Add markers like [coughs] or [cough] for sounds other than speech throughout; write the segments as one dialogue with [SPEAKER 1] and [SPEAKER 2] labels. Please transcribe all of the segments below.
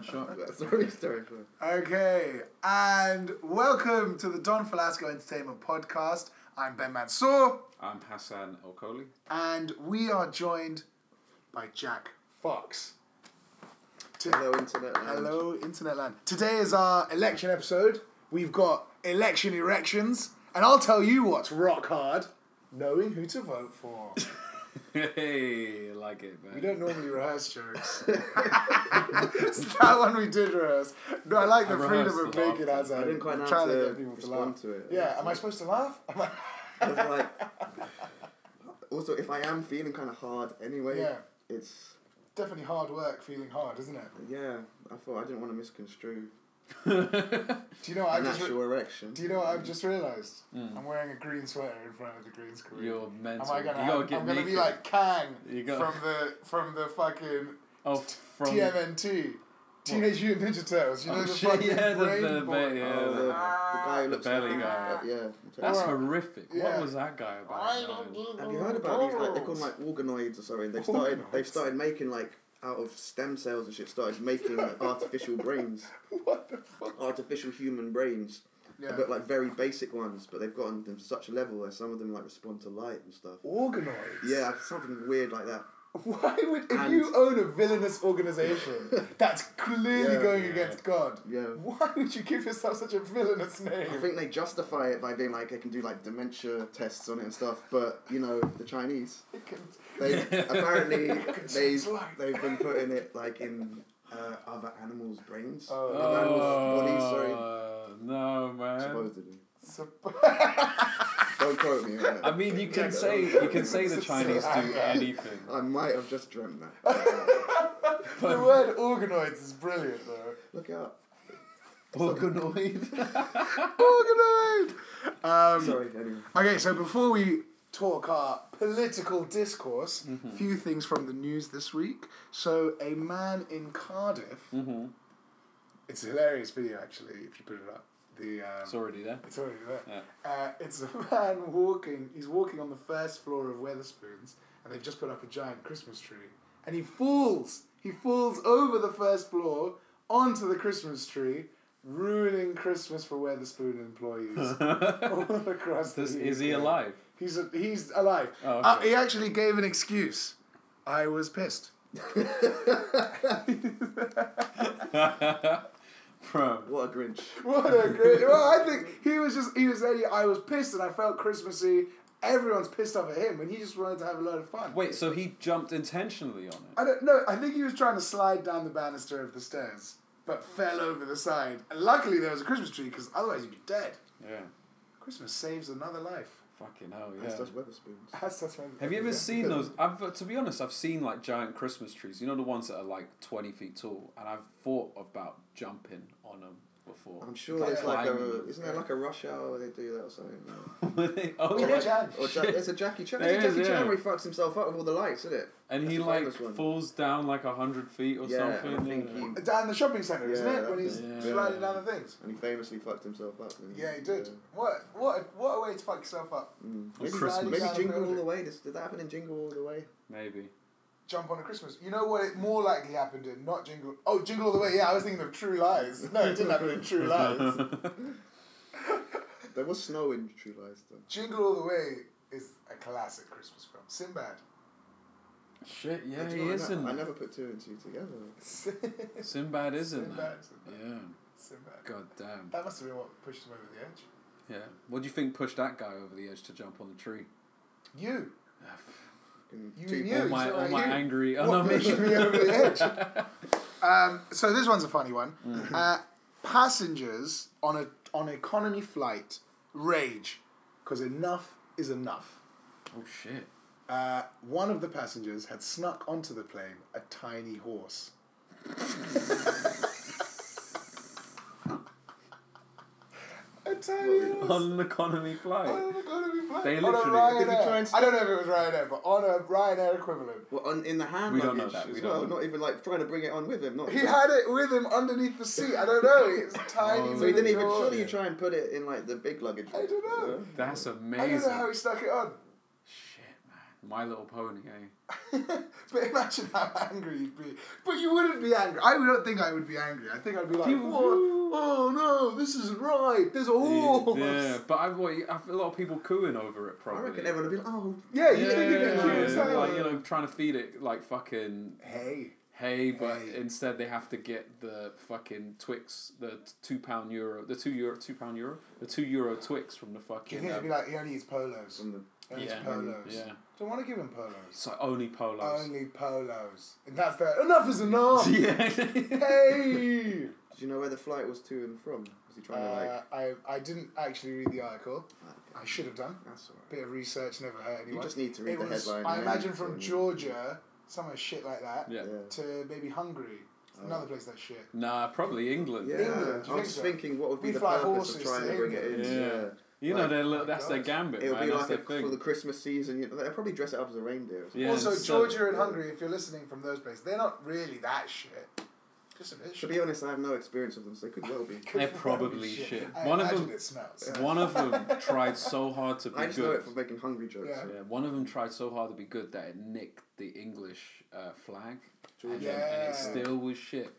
[SPEAKER 1] [laughs]
[SPEAKER 2] Sean, that's where we started from.
[SPEAKER 1] Okay, and welcome to the Don Falasco Entertainment Podcast. I'm Ben Mansour,
[SPEAKER 3] I'm Hassan Okoli. [laughs]
[SPEAKER 1] and we are joined by Jack Fox. To-
[SPEAKER 2] Hello, internet. lounge.
[SPEAKER 1] Hello, Internet Land. Today is our election episode. We've got election erections, and I'll tell you what's rock hard knowing who to vote for.
[SPEAKER 3] Hey, like it, man.
[SPEAKER 1] We don't normally
[SPEAKER 2] [laughs]
[SPEAKER 1] rehearse jokes. it's that one we did rehearse. No, I like the
[SPEAKER 3] I
[SPEAKER 1] freedom
[SPEAKER 3] rehearsed
[SPEAKER 1] of
[SPEAKER 3] the laugh.
[SPEAKER 1] making as
[SPEAKER 2] I didn't quite know
[SPEAKER 1] trying
[SPEAKER 2] how to
[SPEAKER 1] get people to
[SPEAKER 2] respond
[SPEAKER 1] laugh.
[SPEAKER 2] to it.
[SPEAKER 1] Yeah, am I supposed to laugh? Am I...
[SPEAKER 2] I was like, also, if I am feeling kind of hard anyway,
[SPEAKER 1] Yeah.
[SPEAKER 2] it's
[SPEAKER 1] Definitely hard work, feeling hard, isn't it?
[SPEAKER 2] yeah. I thought I didn't want to misconstrue
[SPEAKER 1] Do you know? what I
[SPEAKER 2] an
[SPEAKER 1] just.
[SPEAKER 2] actual
[SPEAKER 1] Re-
[SPEAKER 2] erection.
[SPEAKER 1] do you know what I've just realised? I'm wearing a green sweater in front of the green screen.
[SPEAKER 3] Hmm. You're
[SPEAKER 1] Am
[SPEAKER 3] mental.
[SPEAKER 1] I
[SPEAKER 3] you
[SPEAKER 1] gonna?
[SPEAKER 3] gotta
[SPEAKER 1] have-
[SPEAKER 3] get
[SPEAKER 1] I'm gonna be
[SPEAKER 3] naked.
[SPEAKER 1] like Kang
[SPEAKER 3] You gotta-
[SPEAKER 1] from the from the fucking
[SPEAKER 3] oh, [laughs] from
[SPEAKER 1] TMNT, Teenage Mutant Ninja Turtles. You know
[SPEAKER 3] Oh,
[SPEAKER 1] the
[SPEAKER 3] shit,
[SPEAKER 1] fucking
[SPEAKER 3] yeah, the-
[SPEAKER 1] brain
[SPEAKER 3] the-
[SPEAKER 1] boy.
[SPEAKER 3] yeah,
[SPEAKER 2] Oh, the, the guy who
[SPEAKER 3] the
[SPEAKER 2] looks like
[SPEAKER 3] belly
[SPEAKER 2] him.
[SPEAKER 3] guy.
[SPEAKER 2] yeah.
[SPEAKER 3] That's
[SPEAKER 1] Or-
[SPEAKER 3] horrific.
[SPEAKER 1] yeah.
[SPEAKER 3] What was that guy about? man?
[SPEAKER 2] Have you heard about these? Like they call them like organoids or something. They've started. They've
[SPEAKER 1] Organoids?
[SPEAKER 2] started making like out of stem cells and shit. Started
[SPEAKER 1] [laughs]
[SPEAKER 2] making like, artificial brains,
[SPEAKER 1] What the fuck?
[SPEAKER 2] artificial human brains,
[SPEAKER 1] Yeah.
[SPEAKER 2] but like very basic ones. But they've gotten them to such a level where some of them like respond to light and stuff.
[SPEAKER 1] Organoids.
[SPEAKER 2] Yeah, something weird like that.
[SPEAKER 1] [laughs] Why would if
[SPEAKER 2] And-
[SPEAKER 1] you own a villainous
[SPEAKER 3] [laughs]
[SPEAKER 1] organization that's clearly
[SPEAKER 2] Yeah,
[SPEAKER 1] going
[SPEAKER 3] yeah.
[SPEAKER 1] against God?
[SPEAKER 2] Yeah.
[SPEAKER 1] Why would you give yourself such a villainous
[SPEAKER 2] I
[SPEAKER 3] [laughs]
[SPEAKER 1] name?
[SPEAKER 2] think they justify it by being like they can do like dementia tests on it and stuff. But you know the Chinese, they apparently they
[SPEAKER 1] sense light.
[SPEAKER 2] they've been putting it like in uh, other animals' brains,
[SPEAKER 1] Oh.
[SPEAKER 2] other
[SPEAKER 3] Oh,
[SPEAKER 2] animals' bodies. Sorry.
[SPEAKER 3] Uh, no, man.
[SPEAKER 2] Supposedly.
[SPEAKER 1] Sup-
[SPEAKER 2] Don't quote me. on that.
[SPEAKER 3] I mean, you can
[SPEAKER 2] Jack-
[SPEAKER 3] say you
[SPEAKER 1] [laughs]
[SPEAKER 3] can say the
[SPEAKER 1] This is so
[SPEAKER 3] Chinese do
[SPEAKER 1] accurate.
[SPEAKER 3] anything.
[SPEAKER 2] I might have just dreamt that.
[SPEAKER 1] the word organoids is brilliant though.
[SPEAKER 2] Look it up.
[SPEAKER 3] Organoid.
[SPEAKER 1] [laughs] Organoid. Um,
[SPEAKER 2] Sorry, anyway.
[SPEAKER 1] Okay, so before we talk our political discourse, few things from the news this week. So, a man in Cardiff. It's a hilarious video, actually, if you put it up. The um,
[SPEAKER 3] it's already there. [laughs]
[SPEAKER 1] it's already there.
[SPEAKER 3] Yeah.
[SPEAKER 1] Uh, it's a man walking. He's walking on the first floor of Weatherspoons, and they've just put up a giant Christmas tree. And he falls. He falls over the first floor onto the Christmas tree, ruining Christmas for Weatherspoon
[SPEAKER 3] [laughs]
[SPEAKER 1] employees all across
[SPEAKER 3] Does-
[SPEAKER 1] the
[SPEAKER 3] is he
[SPEAKER 1] UK.
[SPEAKER 3] alive?
[SPEAKER 1] He's he's alive.
[SPEAKER 3] Oh, okay.
[SPEAKER 1] uh, he actually gave an excuse. I was
[SPEAKER 3] [laughs]
[SPEAKER 1] pissed. [laughs]
[SPEAKER 3] Bro.
[SPEAKER 2] [laughs] What a Grinch.
[SPEAKER 1] What a great! Well, I think he was just he was saying I was pissed and I felt Christmassy. Everyone's pissed off at him, and he just wanted to have a lot of fun.
[SPEAKER 3] Wait, so he jumped intentionally on it?
[SPEAKER 1] I don't know. I think he was trying to slide down the banister of the stairs, but fell over the side. And luckily, there was a Christmas tree because otherwise he'd be dead.
[SPEAKER 3] Yeah.
[SPEAKER 1] Christmas saves another life.
[SPEAKER 3] Fucking hell,
[SPEAKER 2] That's
[SPEAKER 3] yeah.
[SPEAKER 2] just Weatherspoons.
[SPEAKER 1] That's- that's when-
[SPEAKER 3] Have you ever
[SPEAKER 1] yeah.
[SPEAKER 3] seen those? I've uh, to be honest, I've seen like giant Christmas trees. You know the ones that are like twenty feet tall, and I've thought about jumping on them before. [laughs]
[SPEAKER 2] I'm sure there's like a
[SPEAKER 3] climbing.
[SPEAKER 2] isn't there like a rush hour where they do that or something? no?
[SPEAKER 3] oh
[SPEAKER 1] Jackie
[SPEAKER 3] yeah,
[SPEAKER 1] Chan.
[SPEAKER 2] Or Jack, there's a Jackie Chan.
[SPEAKER 3] There
[SPEAKER 2] There's a
[SPEAKER 3] is,
[SPEAKER 2] Jackie Chan
[SPEAKER 3] yeah.
[SPEAKER 2] where he fucks himself up with all the lights, isn't it?
[SPEAKER 3] and he
[SPEAKER 2] That's a
[SPEAKER 3] like
[SPEAKER 2] famous one.
[SPEAKER 3] falls down like a hundred feet or
[SPEAKER 2] Yeah, I
[SPEAKER 3] something.
[SPEAKER 2] think
[SPEAKER 3] yeah.
[SPEAKER 2] he-
[SPEAKER 1] [laughs] down the shopping centre, isn't
[SPEAKER 2] Yeah,
[SPEAKER 1] it? When he's
[SPEAKER 2] that's
[SPEAKER 3] it. Yeah.
[SPEAKER 1] sliding down the things.
[SPEAKER 2] And he famously fucked himself up. didn't
[SPEAKER 1] Yeah, he did. What what a, what a way to fuck yourself up.
[SPEAKER 2] Mm.
[SPEAKER 3] Or
[SPEAKER 2] Maybe,
[SPEAKER 3] Christmas.
[SPEAKER 2] maybe
[SPEAKER 1] Yeah,
[SPEAKER 2] Jingle All
[SPEAKER 1] building.
[SPEAKER 2] the Way. Does, did that happen in Jingle All the Way?
[SPEAKER 3] Maybe.
[SPEAKER 1] Jump on a Christmas. You know what? It more likely happened in not Jingle. Oh, Jingle all the way. Yeah, I was thinking of True Lies. No, it didn't happen in True Lies.
[SPEAKER 2] There was snow in True Lies though.
[SPEAKER 1] Jingle all the way is a classic Christmas film.
[SPEAKER 3] [laughs]
[SPEAKER 1] Sinbad.
[SPEAKER 3] [laughs] Shit, yeah,
[SPEAKER 2] That's
[SPEAKER 3] he
[SPEAKER 2] not- I
[SPEAKER 3] isn't.
[SPEAKER 2] ne- I never put two and two together.
[SPEAKER 1] Sinbad.
[SPEAKER 3] Sinbad isn't.
[SPEAKER 1] Sinbad,
[SPEAKER 3] that.
[SPEAKER 1] Sinbad.
[SPEAKER 3] Yeah. God damn.
[SPEAKER 1] That must have been what pushed him over the edge.
[SPEAKER 3] Yeah. What do you think pushed that guy over the edge to jump on the tree? [sighs]
[SPEAKER 1] You.
[SPEAKER 2] Fucking
[SPEAKER 1] You
[SPEAKER 2] two
[SPEAKER 1] knew.
[SPEAKER 3] All
[SPEAKER 2] balls.
[SPEAKER 3] my,
[SPEAKER 1] so
[SPEAKER 3] all
[SPEAKER 1] like
[SPEAKER 3] my
[SPEAKER 1] you-
[SPEAKER 3] angry. [laughs] Oh no,
[SPEAKER 2] [laughs]
[SPEAKER 1] What pushed
[SPEAKER 3] me.
[SPEAKER 1] me over the edge?
[SPEAKER 3] [laughs]
[SPEAKER 1] Um, so this one's a funny one.
[SPEAKER 3] Mm.
[SPEAKER 1] Uh, passengers on a on economy flight rage because enough is enough.
[SPEAKER 3] Oh shit.
[SPEAKER 1] Uh, one of the passengers had snuck onto the plane a tiny horse. a tiny horse.
[SPEAKER 3] On an economy flight.
[SPEAKER 2] Oh,
[SPEAKER 1] On an economy flight.
[SPEAKER 3] They
[SPEAKER 1] on a
[SPEAKER 3] literally-
[SPEAKER 1] Ryanair.
[SPEAKER 2] Did he try and
[SPEAKER 1] I don't know if it was Ryanair, but on a Ryanair equivalent.
[SPEAKER 2] Well, on, in the hand
[SPEAKER 3] We don't know
[SPEAKER 2] luggage
[SPEAKER 3] that, we
[SPEAKER 2] as
[SPEAKER 3] don't
[SPEAKER 2] well.
[SPEAKER 3] know.
[SPEAKER 2] Not even like trying to bring it on with him. Not
[SPEAKER 1] He had it with him underneath the seat. I don't know. It's a tiny.
[SPEAKER 2] Oh, so he didn't even.
[SPEAKER 1] little horse.
[SPEAKER 2] Surely you try and put it in like the big luggage.
[SPEAKER 1] I don't know.
[SPEAKER 2] you
[SPEAKER 3] That's
[SPEAKER 1] I
[SPEAKER 3] amazing.
[SPEAKER 1] don't know how he stuck it on.
[SPEAKER 3] Shit, man. My Little Pony, eh?
[SPEAKER 1] [laughs] but imagine how angry you'd be. But you wouldn't be angry. I don't think I would be angry. I think I'd be like,
[SPEAKER 3] Pew,
[SPEAKER 1] "Whoa, oh no, this isn't right. There's a horse.
[SPEAKER 3] Yeah, but I, well, you- I feel a lot of people cooing over it
[SPEAKER 2] I
[SPEAKER 3] probably.
[SPEAKER 2] reckon everyone would be like, oh,
[SPEAKER 1] [laughs] Yeah,
[SPEAKER 3] yeah,
[SPEAKER 1] you think it'd be
[SPEAKER 3] yeah,
[SPEAKER 1] cute,
[SPEAKER 3] yeah,
[SPEAKER 1] exactly.
[SPEAKER 3] like you know, trying to feed it like fucking
[SPEAKER 1] Hey,
[SPEAKER 3] hay, but
[SPEAKER 1] Hay.
[SPEAKER 3] instead they have to get the fucking Twix, the t- two pound euro, the two euro, two pound euro, the two euro Twix from the
[SPEAKER 1] do you
[SPEAKER 3] fucking.
[SPEAKER 1] think it'd be
[SPEAKER 3] Um,
[SPEAKER 1] like he only eats polos?
[SPEAKER 2] from the
[SPEAKER 1] Only
[SPEAKER 3] Yeah.
[SPEAKER 1] yeah. polos.
[SPEAKER 3] yeah,
[SPEAKER 1] Don't want to give him polos.
[SPEAKER 3] it's like only polos.
[SPEAKER 1] Only polos, and that's that. Enough is enough.
[SPEAKER 3] [laughs] yeah.
[SPEAKER 1] hey.
[SPEAKER 3] [laughs]
[SPEAKER 2] Do you know where the flight was to and from? Was he trying to like?
[SPEAKER 1] Uh, I, I didn't actually read the article. I should have done.
[SPEAKER 2] That's alright.
[SPEAKER 1] Bit of research never hurt anyone.
[SPEAKER 2] You just need to read
[SPEAKER 1] It
[SPEAKER 2] the
[SPEAKER 1] was,
[SPEAKER 2] headline.
[SPEAKER 1] I
[SPEAKER 2] and then
[SPEAKER 1] imagine
[SPEAKER 2] it's
[SPEAKER 1] from
[SPEAKER 2] on-
[SPEAKER 1] Georgia, somewhere shit like that,
[SPEAKER 3] yeah.
[SPEAKER 2] Yeah.
[SPEAKER 1] to maybe Hungary,
[SPEAKER 2] Oh.
[SPEAKER 1] another place that's shit.
[SPEAKER 3] Nah, probably England.
[SPEAKER 2] Yeah,
[SPEAKER 1] England, do you
[SPEAKER 2] I
[SPEAKER 1] think
[SPEAKER 2] was just
[SPEAKER 1] so?
[SPEAKER 2] thinking what would be
[SPEAKER 1] We
[SPEAKER 2] the
[SPEAKER 1] fly
[SPEAKER 2] purpose of
[SPEAKER 1] horses
[SPEAKER 2] trying
[SPEAKER 1] to
[SPEAKER 2] to bring it in.
[SPEAKER 3] England.
[SPEAKER 2] Yeah.
[SPEAKER 3] Yeah. You know,
[SPEAKER 2] Like,
[SPEAKER 3] they're,
[SPEAKER 1] my
[SPEAKER 3] li- that's their
[SPEAKER 1] God.
[SPEAKER 3] gambit,
[SPEAKER 2] It'll
[SPEAKER 3] man.
[SPEAKER 2] be
[SPEAKER 3] that's
[SPEAKER 2] like
[SPEAKER 3] their
[SPEAKER 2] a,
[SPEAKER 3] thing.
[SPEAKER 2] for the Christmas season. You know, they'll probably dress it up as a reindeer. Or something.
[SPEAKER 3] Yeah,
[SPEAKER 1] also,
[SPEAKER 3] so-
[SPEAKER 1] Georgia and
[SPEAKER 2] Yeah.
[SPEAKER 1] Hungary, if you're listening from those places, they're not really that shit. Just a bit
[SPEAKER 2] To
[SPEAKER 1] shit.
[SPEAKER 2] be honest, I have no experience of them, so they could well be.
[SPEAKER 3] They're probably shit.
[SPEAKER 1] I
[SPEAKER 3] One of
[SPEAKER 1] imagine
[SPEAKER 3] them-
[SPEAKER 1] it smells.
[SPEAKER 3] One of them tried so hard to be
[SPEAKER 2] I just know
[SPEAKER 3] good.
[SPEAKER 2] it from making hungry jokes.
[SPEAKER 1] Yeah.
[SPEAKER 3] Yeah, one of them tried so hard to be good that it nicked the English uh, flag, and,
[SPEAKER 2] Georgia.
[SPEAKER 3] then- and
[SPEAKER 1] Yeah.
[SPEAKER 3] it still was shit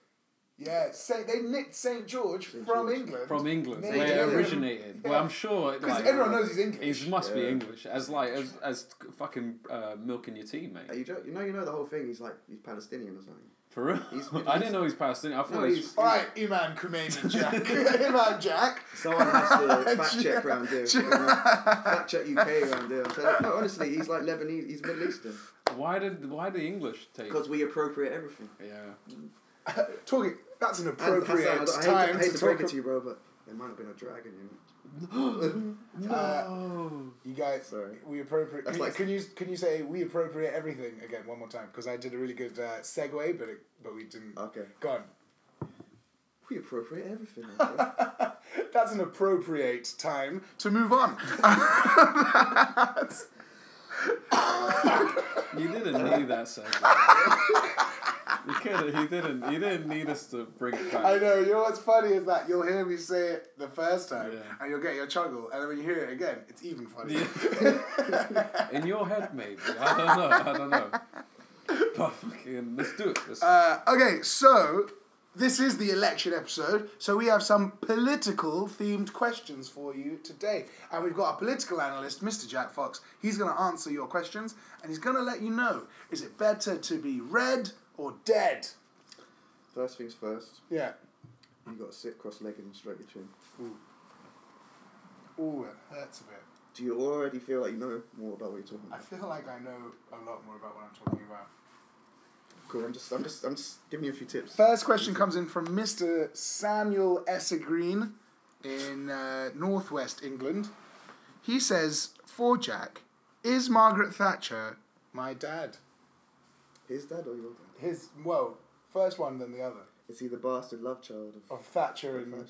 [SPEAKER 1] Yeah, say, they nicked St. George
[SPEAKER 2] St.
[SPEAKER 1] from
[SPEAKER 2] George.
[SPEAKER 1] England.
[SPEAKER 3] from England,
[SPEAKER 1] They
[SPEAKER 3] where
[SPEAKER 2] did.
[SPEAKER 3] it originated. Well, I'm sure it,
[SPEAKER 1] Because
[SPEAKER 3] like,
[SPEAKER 1] everyone knows he's English.
[SPEAKER 3] it must be
[SPEAKER 2] Yeah.
[SPEAKER 3] English, as like as as fucking uh, milking your tea,
[SPEAKER 2] Are
[SPEAKER 3] mate.
[SPEAKER 2] you joking? You know, you know the whole thing. He's like he's Palestinian or something.
[SPEAKER 3] For real,
[SPEAKER 2] He's-
[SPEAKER 3] [laughs] I didn't know he's Palestinian. I thought
[SPEAKER 2] No,
[SPEAKER 3] he's,
[SPEAKER 2] he's-
[SPEAKER 1] Alright, Imam Khomeini Jack. [laughs]
[SPEAKER 3] [laughs]
[SPEAKER 1] Imam Jack.
[SPEAKER 2] [laughs] Someone has to [laughs] fact check round here. you know? fact check UK round here. So, no, honestly, he's like Lebanese. He's Middle Eastern
[SPEAKER 3] why did why the English take?
[SPEAKER 2] because we appropriate everything.
[SPEAKER 3] Yeah,
[SPEAKER 1] Talking, that's an
[SPEAKER 2] And Hassan,
[SPEAKER 1] appropriate
[SPEAKER 2] I, I hate, to,
[SPEAKER 1] time
[SPEAKER 2] I hate to,
[SPEAKER 1] to
[SPEAKER 2] break
[SPEAKER 1] talk
[SPEAKER 2] it to you, bro, but there might have been a dragon in it.
[SPEAKER 1] uh,
[SPEAKER 3] no.
[SPEAKER 1] You guys,
[SPEAKER 2] Sorry.
[SPEAKER 1] we appropriate.
[SPEAKER 2] That's
[SPEAKER 1] Can,
[SPEAKER 2] like-
[SPEAKER 1] you, can you can you say we appropriate everything again one more time? Because I did a really good uh, segue, but it, but we didn't.
[SPEAKER 2] Okay.
[SPEAKER 1] Gone.
[SPEAKER 2] We appropriate everything. bro.
[SPEAKER 1] That's an appropriate time to move on. [laughs]
[SPEAKER 3] You didn't need
[SPEAKER 2] [laughs]
[SPEAKER 3] that segment. you could You didn't. You didn't need us to bring it back.
[SPEAKER 1] I know. You know what's funny is that you'll hear me say it the first time,
[SPEAKER 3] Yeah.
[SPEAKER 1] and you'll get your chuckle, and then when you hear it again, it's even funnier.
[SPEAKER 3] In your head, maybe. I don't know. I don't know. But fucking, let's do it. Let's, [laughs]
[SPEAKER 1] Uh, okay, so this is the election episode, so we have some political themed questions for you today. And we've got a political analyst, Mr. Jack Fox. He's going to answer your questions and he's going to let you know is it better to be red or dead?
[SPEAKER 2] first things first.
[SPEAKER 1] Yeah.
[SPEAKER 2] You got to sit cross-legged and stroke your chin.
[SPEAKER 1] Ooh, it hurts a bit.
[SPEAKER 2] Do you already feel like you know more about what you're talking
[SPEAKER 1] I
[SPEAKER 2] about?
[SPEAKER 1] feel like I know a lot more about what I'm talking about.
[SPEAKER 2] Cool. I'm just, I'm just, I'm just giving you a few tips.
[SPEAKER 1] First question comes in from Mr. Samuel Esser Green in uh, Northwest England. He says, For Jack, is Margaret Thatcher my dad?
[SPEAKER 2] His dad or your dad?
[SPEAKER 1] His, well, first one, then the other.
[SPEAKER 2] Is he the bastard love child of?
[SPEAKER 1] Of Thatcher and,
[SPEAKER 2] Thatcher?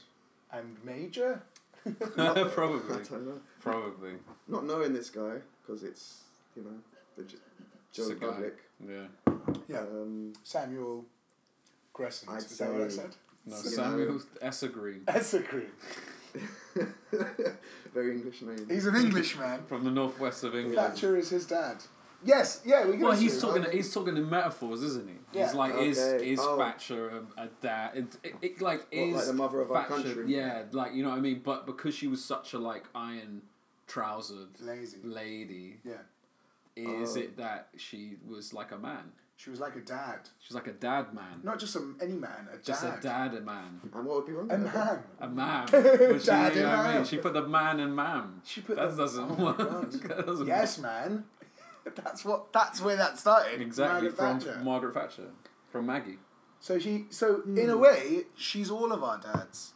[SPEAKER 1] and Major?
[SPEAKER 2] I
[SPEAKER 3] [laughs] probably.
[SPEAKER 2] don't know.
[SPEAKER 3] Probably.
[SPEAKER 2] Not knowing this guy because it's you know the J-
[SPEAKER 3] Just
[SPEAKER 2] Joe
[SPEAKER 3] a guy.
[SPEAKER 2] Public.
[SPEAKER 3] Yeah.
[SPEAKER 1] Yeah.
[SPEAKER 2] Um,
[SPEAKER 1] Uh,
[SPEAKER 2] [laughs]
[SPEAKER 1] Samuel Gressant.
[SPEAKER 2] I'd
[SPEAKER 1] is that what I
[SPEAKER 2] say-
[SPEAKER 1] said?
[SPEAKER 3] No,
[SPEAKER 2] You
[SPEAKER 3] Samuel
[SPEAKER 2] know.
[SPEAKER 3] Esser Green
[SPEAKER 1] Esser Green.
[SPEAKER 2] very English name.
[SPEAKER 1] He's an
[SPEAKER 3] [laughs]
[SPEAKER 1] Englishman.
[SPEAKER 3] from the northwest of England.
[SPEAKER 1] Thatcher is his dad. Yes, yeah, we can
[SPEAKER 3] Well,
[SPEAKER 1] assume.
[SPEAKER 3] he's talking. He's talking in metaphors, isn't he?
[SPEAKER 1] Yeah.
[SPEAKER 3] He's like, is
[SPEAKER 2] Okay.
[SPEAKER 3] is
[SPEAKER 2] Oh.
[SPEAKER 3] Thatcher a, a dad? It, it, it, like
[SPEAKER 2] What,
[SPEAKER 3] is
[SPEAKER 2] like the mother of our
[SPEAKER 3] Thatcher-
[SPEAKER 2] country?
[SPEAKER 3] Yeah, like you know what I mean. But because she was such a like iron trousered
[SPEAKER 1] Lazy.
[SPEAKER 3] lady,
[SPEAKER 1] Yeah.
[SPEAKER 3] is
[SPEAKER 2] Oh.
[SPEAKER 3] it that she was like a man?
[SPEAKER 1] She was like a dad.
[SPEAKER 3] She's like a dad man,
[SPEAKER 1] Not just some any man, a
[SPEAKER 3] just
[SPEAKER 1] dad.
[SPEAKER 3] a dad a man.
[SPEAKER 2] and what would be wrong
[SPEAKER 1] A
[SPEAKER 2] with that?
[SPEAKER 1] man. [laughs]
[SPEAKER 3] A man. But she,
[SPEAKER 1] Dad
[SPEAKER 3] you know
[SPEAKER 1] and
[SPEAKER 3] what I mean?
[SPEAKER 1] man.
[SPEAKER 3] she put the man and mam.
[SPEAKER 1] She put
[SPEAKER 3] that
[SPEAKER 1] the-
[SPEAKER 3] doesn't
[SPEAKER 1] Oh my
[SPEAKER 3] work.
[SPEAKER 1] God.
[SPEAKER 3] [laughs] That doesn't
[SPEAKER 1] Yes, man. [laughs] That's what. That's where that started.
[SPEAKER 3] work. Exactly
[SPEAKER 1] Margaret
[SPEAKER 3] from
[SPEAKER 1] Thatcher.
[SPEAKER 3] Margaret Thatcher, from Maggie.
[SPEAKER 1] so she. So in a way, she's all of our dads.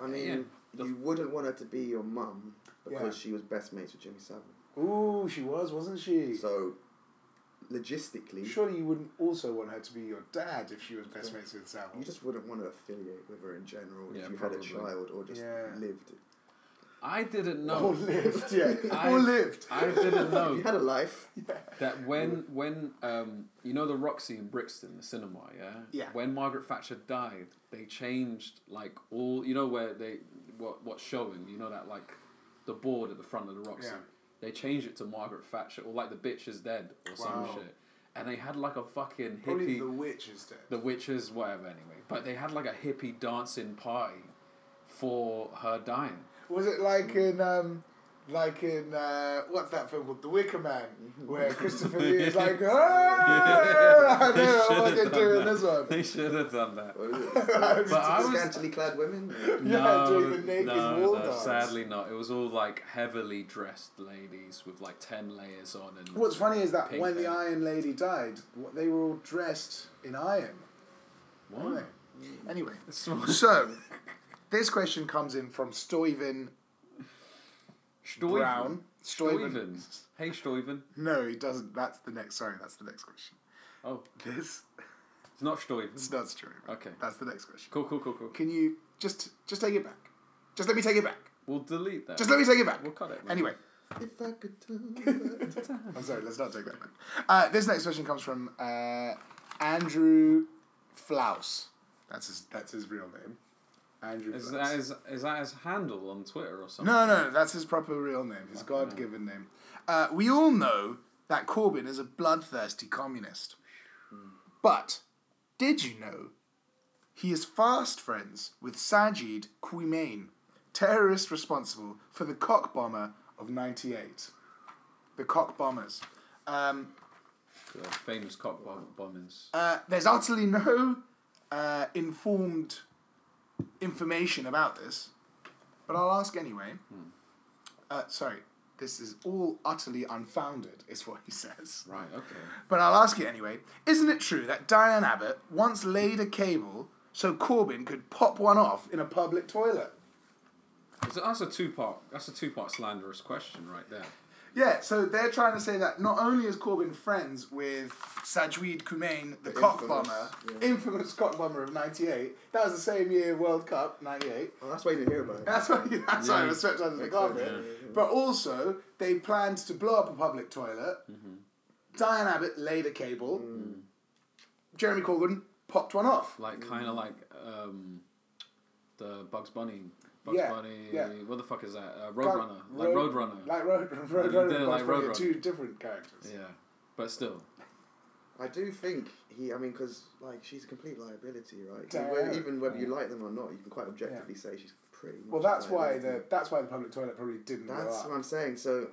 [SPEAKER 2] I mean,
[SPEAKER 3] Yeah. The-
[SPEAKER 2] you wouldn't want her to be your mum because
[SPEAKER 1] Yeah.
[SPEAKER 2] she was best mates with Jimmy Savile.
[SPEAKER 1] Ooh, she was, wasn't she?
[SPEAKER 2] So, logistically,
[SPEAKER 1] Surely you wouldn't also want her to be your dad if she was best mates with Sal.
[SPEAKER 2] you just wouldn't want to affiliate with her in general
[SPEAKER 3] Yeah,
[SPEAKER 2] if you had
[SPEAKER 3] probably.
[SPEAKER 2] a child or just
[SPEAKER 1] Yeah.
[SPEAKER 2] lived.
[SPEAKER 3] I didn't know.
[SPEAKER 1] Or lived, yeah. [laughs]
[SPEAKER 3] I-
[SPEAKER 1] or lived. [laughs]
[SPEAKER 3] I didn't
[SPEAKER 2] If
[SPEAKER 3] know
[SPEAKER 2] you had a life,
[SPEAKER 3] that when when um you know the Roxy in Brixton, the cinema, yeah.
[SPEAKER 1] Yeah.
[SPEAKER 3] When Margaret Thatcher died, they changed like all you know where they what what's showing. You know that like the board at the front of the Roxy.
[SPEAKER 1] Yeah.
[SPEAKER 3] They changed it to Margaret Thatcher or like the bitch is dead or some
[SPEAKER 1] Wow.
[SPEAKER 3] shit. And they had like a fucking
[SPEAKER 1] Probably
[SPEAKER 3] hippie,
[SPEAKER 1] the witch is dead.
[SPEAKER 3] the witches, whatever. Anyway, but they had like a hippie dancing party for her dying.
[SPEAKER 1] Was it like in um, like in uh, what's that film called, The Wicker Man, where Christopher Lee is
[SPEAKER 3] [laughs]
[SPEAKER 1] like, "Ah!" I
[SPEAKER 3] They
[SPEAKER 1] don't know what
[SPEAKER 3] should've
[SPEAKER 1] they're
[SPEAKER 3] done
[SPEAKER 1] doing
[SPEAKER 3] that.
[SPEAKER 1] this one.
[SPEAKER 3] They should have done that.
[SPEAKER 2] What
[SPEAKER 1] [laughs]
[SPEAKER 2] is it?
[SPEAKER 3] But I was-
[SPEAKER 2] Scantily clad women.
[SPEAKER 1] Yeah, doing the naked wall dance.
[SPEAKER 3] Sadly, not. It was all like heavily dressed ladies with like ten layers on and.
[SPEAKER 1] What's funny is that
[SPEAKER 3] Pink
[SPEAKER 1] when the
[SPEAKER 3] hair.
[SPEAKER 1] Iron Lady died, w- they were all dressed in iron. weren't
[SPEAKER 3] What?
[SPEAKER 1] they? Anyway,
[SPEAKER 3] It's not-
[SPEAKER 1] so this question comes in from Stoyven
[SPEAKER 3] Stuyven.
[SPEAKER 1] Brown. Stoyven.
[SPEAKER 3] Stuyven. Hey, Stuyven.
[SPEAKER 1] No, he doesn't. That's the next. Sorry, that's the next question.
[SPEAKER 3] Oh,
[SPEAKER 1] This
[SPEAKER 3] it's not Stuyven.
[SPEAKER 1] is not Stoyven.
[SPEAKER 3] Okay.
[SPEAKER 1] That's the next question.
[SPEAKER 3] Cool, cool, cool, cool.
[SPEAKER 1] Can you just just take it back? Just let me take it back.
[SPEAKER 3] We'll delete that.
[SPEAKER 1] Just let me take it back.
[SPEAKER 3] We'll cut it, man.
[SPEAKER 1] Anyway,
[SPEAKER 2] [laughs] If I could do that.
[SPEAKER 1] I'm sorry. Let's not take that back. Uh, this next question comes from uh, Andrew Flaus. That's his. That's his real name. Andrew.
[SPEAKER 3] Is
[SPEAKER 1] Flaus.
[SPEAKER 3] that his, is that his handle on Twitter or something?
[SPEAKER 1] No, no, that's his proper real name, his God given name. Uh, we all know that Corbyn is a bloodthirsty communist. But did you know he is fast friends with Sajid Quimain, terrorist responsible for the cock bomber of 98? The cock bombers. Um,
[SPEAKER 3] The famous cock bomb- bombings.
[SPEAKER 1] uh, there's utterly no uh, informed information about this, but I'll ask anyway. Uh, sorry, this is all utterly unfounded, is what he says.
[SPEAKER 3] Right. Okay.
[SPEAKER 1] But I'll ask you anyway. Isn't it true that Diane Abbott once laid a cable so Corbyn could pop one off in a public toilet?
[SPEAKER 3] So that's a two part. That's a two part slanderous question right there.
[SPEAKER 1] Yeah, so they're trying to say that not only is Corbyn friends with Sajid Kumain, the,
[SPEAKER 2] The
[SPEAKER 1] cock
[SPEAKER 2] infamous,
[SPEAKER 1] bomber,
[SPEAKER 2] yeah.
[SPEAKER 1] infamous cock bomber of 98, that was the same year World Cup, 98.
[SPEAKER 2] Oh, that's why you didn't hear about it.
[SPEAKER 1] That's why, [laughs] that's why I was swept under the
[SPEAKER 2] Makes sense,
[SPEAKER 1] carpet.
[SPEAKER 2] yeah, yeah.
[SPEAKER 1] But also, they planned to blow up a public toilet.
[SPEAKER 3] Mm-hmm.
[SPEAKER 1] Diane Abbott laid a cable.
[SPEAKER 2] Mm.
[SPEAKER 1] Jeremy Corbyn popped one off.
[SPEAKER 3] Like kind of like um, the Bugs Bunny. Bugs
[SPEAKER 1] Yeah,
[SPEAKER 3] Bunny.
[SPEAKER 1] yeah.
[SPEAKER 3] What the fuck is that? Uh, Roadrunner. Like
[SPEAKER 1] Road-
[SPEAKER 3] Roadrunner.
[SPEAKER 1] Like Road, [laughs] Road,
[SPEAKER 3] did it
[SPEAKER 1] Roadrunner.
[SPEAKER 3] like
[SPEAKER 1] Like Roadrunner.
[SPEAKER 3] Roadrunner.
[SPEAKER 1] Two different characters.
[SPEAKER 3] yeah. But still.
[SPEAKER 2] I do think he. I mean, because like she's a complete liability, right?
[SPEAKER 1] Damn.
[SPEAKER 2] Where- even whether you like them or not, you can quite objectively say she's pretty. Much
[SPEAKER 1] Well,
[SPEAKER 2] a
[SPEAKER 1] that's why
[SPEAKER 2] liability.
[SPEAKER 1] the that's why the public toilet probably didn't blow
[SPEAKER 2] That's
[SPEAKER 1] up.
[SPEAKER 2] what I'm saying. So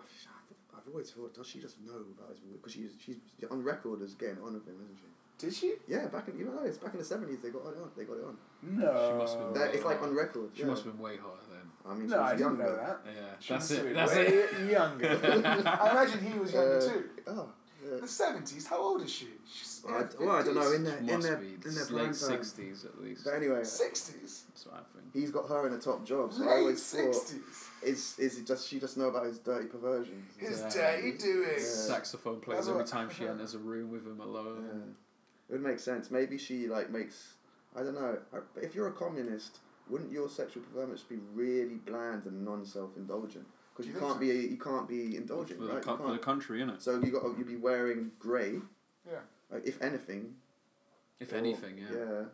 [SPEAKER 2] I've always thought, does she just know about his Because she's she's on record as getting on of him, isn't she?
[SPEAKER 1] Did she?
[SPEAKER 2] Yeah, back in you know it's back in the seventies they got it on. They got it on.
[SPEAKER 1] No.
[SPEAKER 3] She must've been
[SPEAKER 2] That, it's like on record.
[SPEAKER 3] She
[SPEAKER 2] yeah.
[SPEAKER 3] must have been way hotter then.
[SPEAKER 2] I mean, she
[SPEAKER 1] No,
[SPEAKER 2] was
[SPEAKER 1] I didn't
[SPEAKER 2] younger.
[SPEAKER 1] know that.
[SPEAKER 3] Yeah.
[SPEAKER 1] She
[SPEAKER 3] That's
[SPEAKER 1] must have
[SPEAKER 3] it.
[SPEAKER 1] been
[SPEAKER 3] That's
[SPEAKER 1] way [laughs]
[SPEAKER 3] it. [laughs]
[SPEAKER 1] Younger. I imagine he was younger
[SPEAKER 2] Uh,
[SPEAKER 1] too.
[SPEAKER 2] Oh,
[SPEAKER 1] The
[SPEAKER 2] yeah.
[SPEAKER 1] seventies. How old is she? She's
[SPEAKER 2] I, well, I don't know. In their
[SPEAKER 3] Must
[SPEAKER 2] in their
[SPEAKER 3] be
[SPEAKER 2] in their prime
[SPEAKER 3] late
[SPEAKER 2] time.
[SPEAKER 3] sixties at least.
[SPEAKER 2] But anyway,
[SPEAKER 1] sixties.
[SPEAKER 3] That's what I think.
[SPEAKER 2] he's got her in a top job. So I
[SPEAKER 1] Late
[SPEAKER 2] always thought,
[SPEAKER 1] sixties.
[SPEAKER 2] is is it just she just know about his dirty perversions?
[SPEAKER 1] His
[SPEAKER 3] Yeah.
[SPEAKER 1] dirty doings.
[SPEAKER 3] Saxophone plays
[SPEAKER 1] That's
[SPEAKER 3] every
[SPEAKER 1] what-
[SPEAKER 3] time she enters a room with him
[SPEAKER 2] Yeah.
[SPEAKER 3] alone.
[SPEAKER 2] It would make sense. Maybe she like makes. I don't know. I- If you're a communist, wouldn't your sexual preference be really bland and non-self-indulgent?
[SPEAKER 1] Do
[SPEAKER 2] Because you,
[SPEAKER 1] you think
[SPEAKER 2] can't
[SPEAKER 1] so?
[SPEAKER 2] be you can't be
[SPEAKER 3] For,
[SPEAKER 2] indulgent,
[SPEAKER 3] the,
[SPEAKER 2] right?
[SPEAKER 3] co-
[SPEAKER 2] You
[SPEAKER 3] for the
[SPEAKER 2] can't.
[SPEAKER 3] country, innit?
[SPEAKER 2] So you got to you'd be wearing grey,
[SPEAKER 1] Yeah.
[SPEAKER 2] like, if anything.
[SPEAKER 3] If
[SPEAKER 2] or-
[SPEAKER 3] anything, yeah.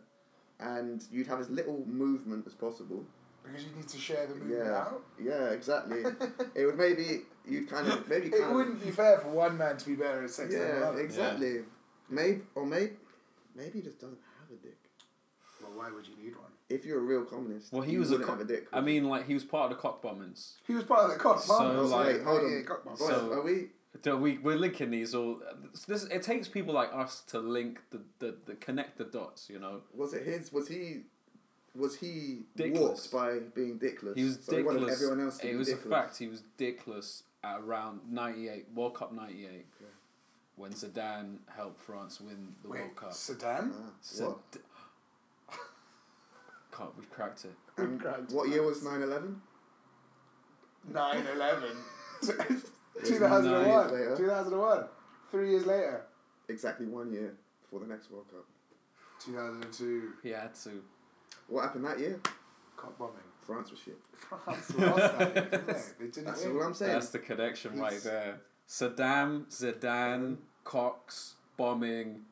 [SPEAKER 2] Yeah, and you'd have as little movement as possible.
[SPEAKER 1] Because you need to share the movement
[SPEAKER 2] Yeah.
[SPEAKER 1] out.
[SPEAKER 2] Yeah, exactly.
[SPEAKER 1] [laughs]
[SPEAKER 2] it would maybe you'd kind of maybe kind
[SPEAKER 1] It
[SPEAKER 2] of
[SPEAKER 1] wouldn't be fair for one man to be better at sex than
[SPEAKER 2] yeah
[SPEAKER 1] another.
[SPEAKER 2] exactly. Maybe or maybe maybe he just doesn't have a dick.
[SPEAKER 1] Well, why would you need one?
[SPEAKER 2] If you're a real communist,
[SPEAKER 3] Well, he
[SPEAKER 2] you
[SPEAKER 3] was a,
[SPEAKER 2] wouldn't
[SPEAKER 3] co-
[SPEAKER 2] have a dick.
[SPEAKER 3] I mean, like he was part of the cock bombings.
[SPEAKER 1] He was part of the cock
[SPEAKER 3] So,
[SPEAKER 1] bombers.
[SPEAKER 3] like-
[SPEAKER 2] Oh, Wait, hold on.
[SPEAKER 1] Yeah, cock bombers.
[SPEAKER 2] Boys,
[SPEAKER 3] So-
[SPEAKER 2] are we?
[SPEAKER 3] So we we're linking these all. This it takes people like us to link the the, the connect the dots. You know,
[SPEAKER 2] Was it his? Was he? Was he
[SPEAKER 3] Dickless.
[SPEAKER 2] warped by being dickless?
[SPEAKER 3] he was
[SPEAKER 2] So he wanted
[SPEAKER 3] dickless.
[SPEAKER 2] everyone else to
[SPEAKER 3] it
[SPEAKER 2] be
[SPEAKER 3] was
[SPEAKER 2] dickless.
[SPEAKER 3] a fact. He was dickless at around ninety eight World Cup ninety eight.
[SPEAKER 2] Okay.
[SPEAKER 3] When Zidane helped France win the World
[SPEAKER 1] Wait,
[SPEAKER 3] Cup.
[SPEAKER 1] Saddam?
[SPEAKER 2] Ah,
[SPEAKER 3] So d- God, we've cracked it.
[SPEAKER 2] what? And
[SPEAKER 1] Grand
[SPEAKER 2] um, what year was 9-11?
[SPEAKER 1] 9 11.
[SPEAKER 2] Nine years
[SPEAKER 1] 2001.
[SPEAKER 2] later.
[SPEAKER 1] 2001. Three years later.
[SPEAKER 2] Exactly one year before the next World Cup.
[SPEAKER 1] 2002.
[SPEAKER 3] He had to.
[SPEAKER 2] What happened that year?
[SPEAKER 1] Cop bombing.
[SPEAKER 2] France was shit.
[SPEAKER 1] France lost that. year, didn't they? They didn't
[SPEAKER 2] That's
[SPEAKER 1] win.
[SPEAKER 2] all I'm saying.
[SPEAKER 3] That's the connection right
[SPEAKER 2] He's-
[SPEAKER 3] there. Saddam, Zidane, Cox, bombing.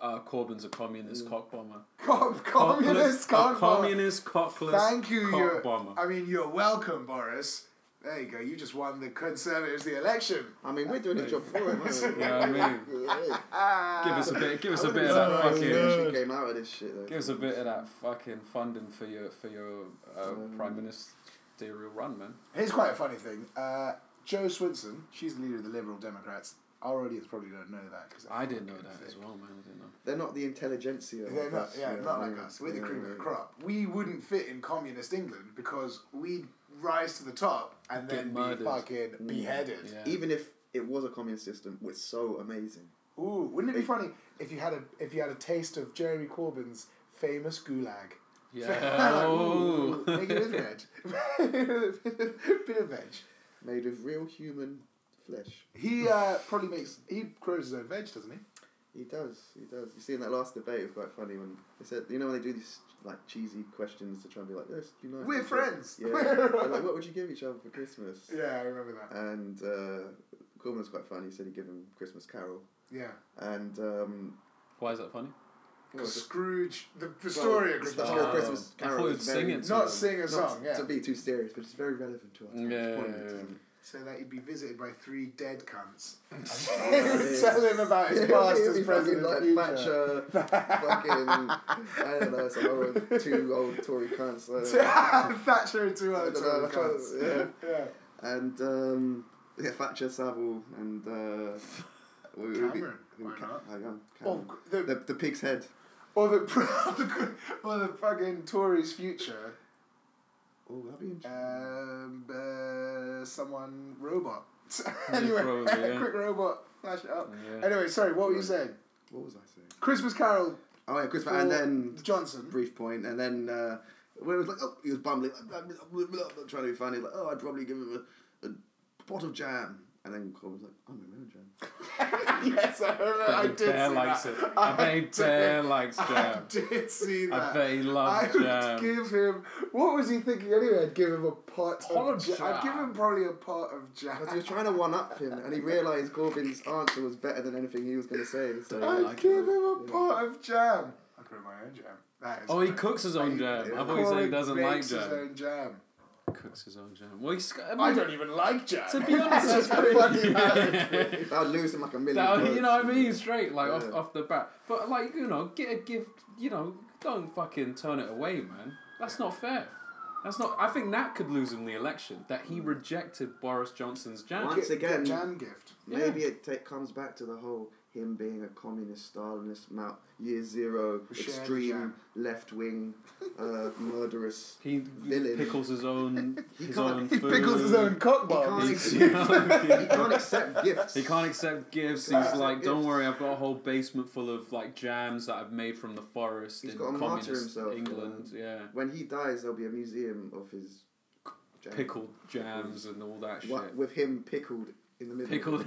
[SPEAKER 3] Uh, Corbyn's a communist cock bomber.
[SPEAKER 1] Cop, communist
[SPEAKER 3] Cockless-
[SPEAKER 1] cock
[SPEAKER 3] a
[SPEAKER 1] bomber.
[SPEAKER 3] communist cockless
[SPEAKER 1] Thank you.
[SPEAKER 3] cock
[SPEAKER 1] You're,
[SPEAKER 3] bomber.
[SPEAKER 1] I mean, you're welcome, Boris. There you go. You just won the Conservatives the election.
[SPEAKER 2] I mean, we're doing a job for him. aren't we?
[SPEAKER 3] [laughs] Yeah, I mean,
[SPEAKER 2] [laughs] Yeah.
[SPEAKER 1] Ah.
[SPEAKER 3] give us a bit. Give us
[SPEAKER 2] I
[SPEAKER 3] a bit
[SPEAKER 2] wouldn't
[SPEAKER 3] of that
[SPEAKER 2] be surprised
[SPEAKER 3] fucking.
[SPEAKER 2] if she came out of this shit though.
[SPEAKER 3] Give us a bit of that fucking funding for your for your uh,
[SPEAKER 2] Um,
[SPEAKER 3] prime ministerial run, man.
[SPEAKER 1] Here's quite a funny thing. Uh, Joe Swinson, she's the leader of the Liberal Democrats. Our audience probably don't know that. Cause
[SPEAKER 3] I didn't know that as well, man. I didn't know.
[SPEAKER 2] They're not the intelligentsia.
[SPEAKER 1] They're
[SPEAKER 2] of
[SPEAKER 1] not,
[SPEAKER 2] us,
[SPEAKER 1] yeah,
[SPEAKER 2] you know
[SPEAKER 1] not
[SPEAKER 2] what I
[SPEAKER 1] like
[SPEAKER 2] mean?
[SPEAKER 1] us. We're the
[SPEAKER 2] Yeah,
[SPEAKER 1] cream of the
[SPEAKER 2] yeah.
[SPEAKER 1] crop. We wouldn't fit in communist England because we'd rise to the top and
[SPEAKER 3] Get
[SPEAKER 1] then be
[SPEAKER 3] murdered.
[SPEAKER 1] fucking beheaded.
[SPEAKER 3] Yeah.
[SPEAKER 2] Even if it was a communist system, we're so amazing.
[SPEAKER 1] Ooh, wouldn't it be funny if you had a if you had a taste of Jeremy Corbyn's famous gulag?
[SPEAKER 3] Yeah.
[SPEAKER 1] [laughs] Ooh,
[SPEAKER 3] Oh.
[SPEAKER 1] Make it with veg. [laughs] Bit of veg.
[SPEAKER 2] Made of real human flesh.
[SPEAKER 1] He uh, probably makes he grows his own veg, doesn't he?
[SPEAKER 2] He does, he does. You see in that last debate, it was quite funny when they said, you know, when they do these like cheesy questions to try and be like, yes, you know,
[SPEAKER 1] We're
[SPEAKER 2] it's
[SPEAKER 1] friends. [laughs]
[SPEAKER 2] like-" Yeah. They're like, what would you give each other for Christmas?
[SPEAKER 1] Yeah, I remember that.
[SPEAKER 2] And uh, Corbyn was quite funny. He said he'd give him Christmas Carol.
[SPEAKER 1] Yeah.
[SPEAKER 2] And um,
[SPEAKER 3] [laughs] Why is that funny?
[SPEAKER 2] well, just-
[SPEAKER 1] Scrooge, the, the story of
[SPEAKER 2] it's
[SPEAKER 1] Christmas.
[SPEAKER 2] the whole
[SPEAKER 1] Carol.
[SPEAKER 2] Christmas
[SPEAKER 3] I thought
[SPEAKER 2] Carol
[SPEAKER 3] you'd
[SPEAKER 2] is
[SPEAKER 3] sing
[SPEAKER 2] very-
[SPEAKER 3] it. to
[SPEAKER 1] Not
[SPEAKER 3] them.
[SPEAKER 1] sing a
[SPEAKER 2] not
[SPEAKER 1] song,
[SPEAKER 2] to-
[SPEAKER 1] yeah.
[SPEAKER 2] to be too serious, but it's very relevant to us.
[SPEAKER 3] Yeah,
[SPEAKER 1] [laughs]
[SPEAKER 3] yeah, yeah.
[SPEAKER 1] So that he'd be visited by three dead
[SPEAKER 3] [laughs]
[SPEAKER 1] cunts. [laughs] Tell him about his past
[SPEAKER 2] Past
[SPEAKER 1] as president.
[SPEAKER 2] like
[SPEAKER 1] and future.
[SPEAKER 2] Thatcher, [laughs] fucking, I don't know, some other two old Tory cunts. I don't know.
[SPEAKER 1] [laughs]
[SPEAKER 2] [laughs]
[SPEAKER 1] Thatcher and two
[SPEAKER 2] I
[SPEAKER 1] other
[SPEAKER 2] don't know,
[SPEAKER 1] Tory
[SPEAKER 2] I can't-
[SPEAKER 1] cunts.
[SPEAKER 2] yeah.
[SPEAKER 1] [laughs] yeah.
[SPEAKER 2] And um, yeah, Thatcher, Savile, and
[SPEAKER 1] [laughs]
[SPEAKER 2] uh, we- we-
[SPEAKER 1] Cameron,
[SPEAKER 2] we-
[SPEAKER 1] why
[SPEAKER 2] Ca-
[SPEAKER 1] not? Oh,
[SPEAKER 2] I know,
[SPEAKER 1] Or
[SPEAKER 2] Cameron.
[SPEAKER 1] the,
[SPEAKER 2] Oh, the, the pig's head.
[SPEAKER 1] [laughs] or the or the fucking Tories' future.
[SPEAKER 2] Oh, that'd be interesting.
[SPEAKER 1] Um, uh, someone robot. [laughs] anyway, [laughs]
[SPEAKER 3] probably, yeah.
[SPEAKER 1] quick robot, flash it up.
[SPEAKER 3] Yeah.
[SPEAKER 1] Anyway, sorry, what were you saying?
[SPEAKER 2] what was I saying?
[SPEAKER 1] Christmas Carol.
[SPEAKER 2] Oh yeah, Christmas,
[SPEAKER 1] for
[SPEAKER 2] and then
[SPEAKER 1] Johnson. [laughs]
[SPEAKER 2] brief point, and then uh, when it was like, oh, he was bumbling, trying to be funny, like, oh, I'd probably give him a, a pot of jam, and then Corbyn was like, I'm a man of jam.
[SPEAKER 1] yes, I remember. I
[SPEAKER 3] I
[SPEAKER 1] did
[SPEAKER 3] bet he bear
[SPEAKER 1] see
[SPEAKER 3] likes
[SPEAKER 1] that. [laughs]
[SPEAKER 3] it. I bet he bear likes
[SPEAKER 1] I
[SPEAKER 3] jam.
[SPEAKER 1] did see that.
[SPEAKER 3] I bet he
[SPEAKER 1] I
[SPEAKER 3] loves
[SPEAKER 1] would
[SPEAKER 3] jam.
[SPEAKER 1] give him. What was he thinking anyway? I'd give him a pot,
[SPEAKER 3] Pot
[SPEAKER 1] of
[SPEAKER 3] of
[SPEAKER 1] jam. I'd
[SPEAKER 3] jam.
[SPEAKER 1] give him probably a pot of jam.
[SPEAKER 2] Because he was trying to one up him, and he realised Corbyn's answer was better than anything he was going to say. So.
[SPEAKER 1] [laughs] I'd
[SPEAKER 3] like
[SPEAKER 1] give
[SPEAKER 3] it.
[SPEAKER 1] him a pot of jam. I put my own jam. That is
[SPEAKER 3] Oh, he
[SPEAKER 1] great.
[SPEAKER 3] cooks his own jam. I thought you said he
[SPEAKER 1] Corbyn
[SPEAKER 3] doesn't like
[SPEAKER 1] makes his
[SPEAKER 3] jam.
[SPEAKER 1] own jam.
[SPEAKER 3] Cooks his own jam. Well, he's. I
[SPEAKER 1] I
[SPEAKER 3] mean,
[SPEAKER 1] don't even like jam. [laughs]
[SPEAKER 3] to be honest, that's pretty. [laughs]
[SPEAKER 2] [laughs] I'd lose him like a million.
[SPEAKER 3] That,
[SPEAKER 2] votes.
[SPEAKER 3] you know what I mean? Straight, like off,
[SPEAKER 2] Yeah.
[SPEAKER 3] off the bat. But like, you know, get a gift. You know, don't fucking turn it away, man. That's not fair. That's not. I think that could lose him the election. That
[SPEAKER 2] Hmm.
[SPEAKER 3] he rejected Boris Johnson's jam.
[SPEAKER 2] Once again-
[SPEAKER 1] jam gift.
[SPEAKER 2] Maybe it ta comes back to the whole him being a communist, Stalinist, Mao, year zero,
[SPEAKER 1] Shared
[SPEAKER 2] extreme,
[SPEAKER 1] jam.
[SPEAKER 2] left wing, uh,
[SPEAKER 3] [laughs]
[SPEAKER 2] murderous.
[SPEAKER 3] He
[SPEAKER 2] Villain.
[SPEAKER 3] pickles his own.
[SPEAKER 2] [laughs]
[SPEAKER 3] his
[SPEAKER 2] can't-
[SPEAKER 3] own
[SPEAKER 1] He
[SPEAKER 3] food.
[SPEAKER 1] pickles his own cock balls.
[SPEAKER 2] He
[SPEAKER 3] He's- you
[SPEAKER 2] [laughs] He
[SPEAKER 3] know,
[SPEAKER 2] can't accept gifts.
[SPEAKER 3] He can't accept gifts.
[SPEAKER 2] Can't
[SPEAKER 3] He's
[SPEAKER 2] accept
[SPEAKER 3] like, don't
[SPEAKER 2] gifts.
[SPEAKER 3] worry, I've got a whole basement full of like jams that I've made from the forest
[SPEAKER 2] He's
[SPEAKER 3] in
[SPEAKER 2] gotta martyr
[SPEAKER 3] communist
[SPEAKER 2] himself, you know.
[SPEAKER 3] England. Yeah,
[SPEAKER 2] When he dies, there'll be a museum of his jam.
[SPEAKER 3] pickled jams and all that
[SPEAKER 2] What,
[SPEAKER 3] shit.
[SPEAKER 2] with him pickled in the middle.
[SPEAKER 3] Pickled. [laughs]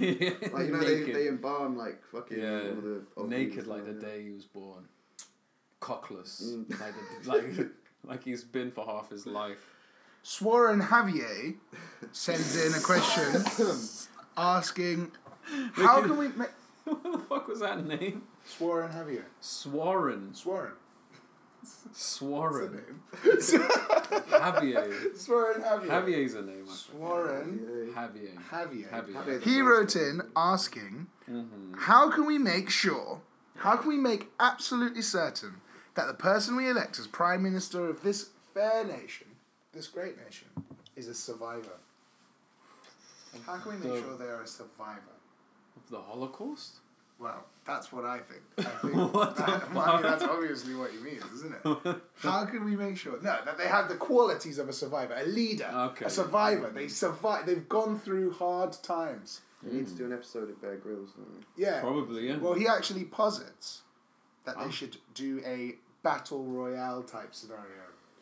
[SPEAKER 2] Like you know, they,
[SPEAKER 3] naked.
[SPEAKER 2] they embalm like fucking
[SPEAKER 3] Yeah,
[SPEAKER 2] all the old
[SPEAKER 3] naked
[SPEAKER 2] people
[SPEAKER 3] like the
[SPEAKER 2] and
[SPEAKER 3] day he was born, cockless,
[SPEAKER 2] Mm.
[SPEAKER 3] like, the, like like he's been for half his life.
[SPEAKER 1] Swarren Javier sends in a question
[SPEAKER 3] [laughs]
[SPEAKER 1] asking, "How
[SPEAKER 3] can-
[SPEAKER 1] can we make
[SPEAKER 3] what the fuck was that name?
[SPEAKER 1] Swarren Javier?
[SPEAKER 3] Swarren,
[SPEAKER 1] Swarren,
[SPEAKER 3] Swarren,
[SPEAKER 1] name?
[SPEAKER 3] [laughs] Javier.
[SPEAKER 1] Swarren Javier.
[SPEAKER 3] Javier's a name.
[SPEAKER 1] Swarren
[SPEAKER 2] Yeah.
[SPEAKER 3] Javier.
[SPEAKER 1] Javier.
[SPEAKER 3] Javier.
[SPEAKER 1] He wrote in asking, "How can we make sure? How can we make absolutely certain that the person we elect as prime minister of this fair nation, this great nation, is a survivor? How can we make
[SPEAKER 3] The-
[SPEAKER 1] sure they are a survivor?"
[SPEAKER 3] Of the Holocaust.
[SPEAKER 1] Well, that's what I think.
[SPEAKER 3] [laughs]
[SPEAKER 1] I think
[SPEAKER 3] What the
[SPEAKER 1] that- [laughs] I mean, that's obviously what you mean, isn't it? How can we make sure? No, that they have the qualities of a survivor, a leader,
[SPEAKER 3] Okay.
[SPEAKER 1] a survivor. They survive. They've gone through hard times.
[SPEAKER 2] We need to do an episode of Bear Grylls. don't we?
[SPEAKER 1] Yeah.
[SPEAKER 3] Probably, yeah.
[SPEAKER 1] Well, he actually posits that
[SPEAKER 3] Oh.
[SPEAKER 1] they should do a battle royale type scenario.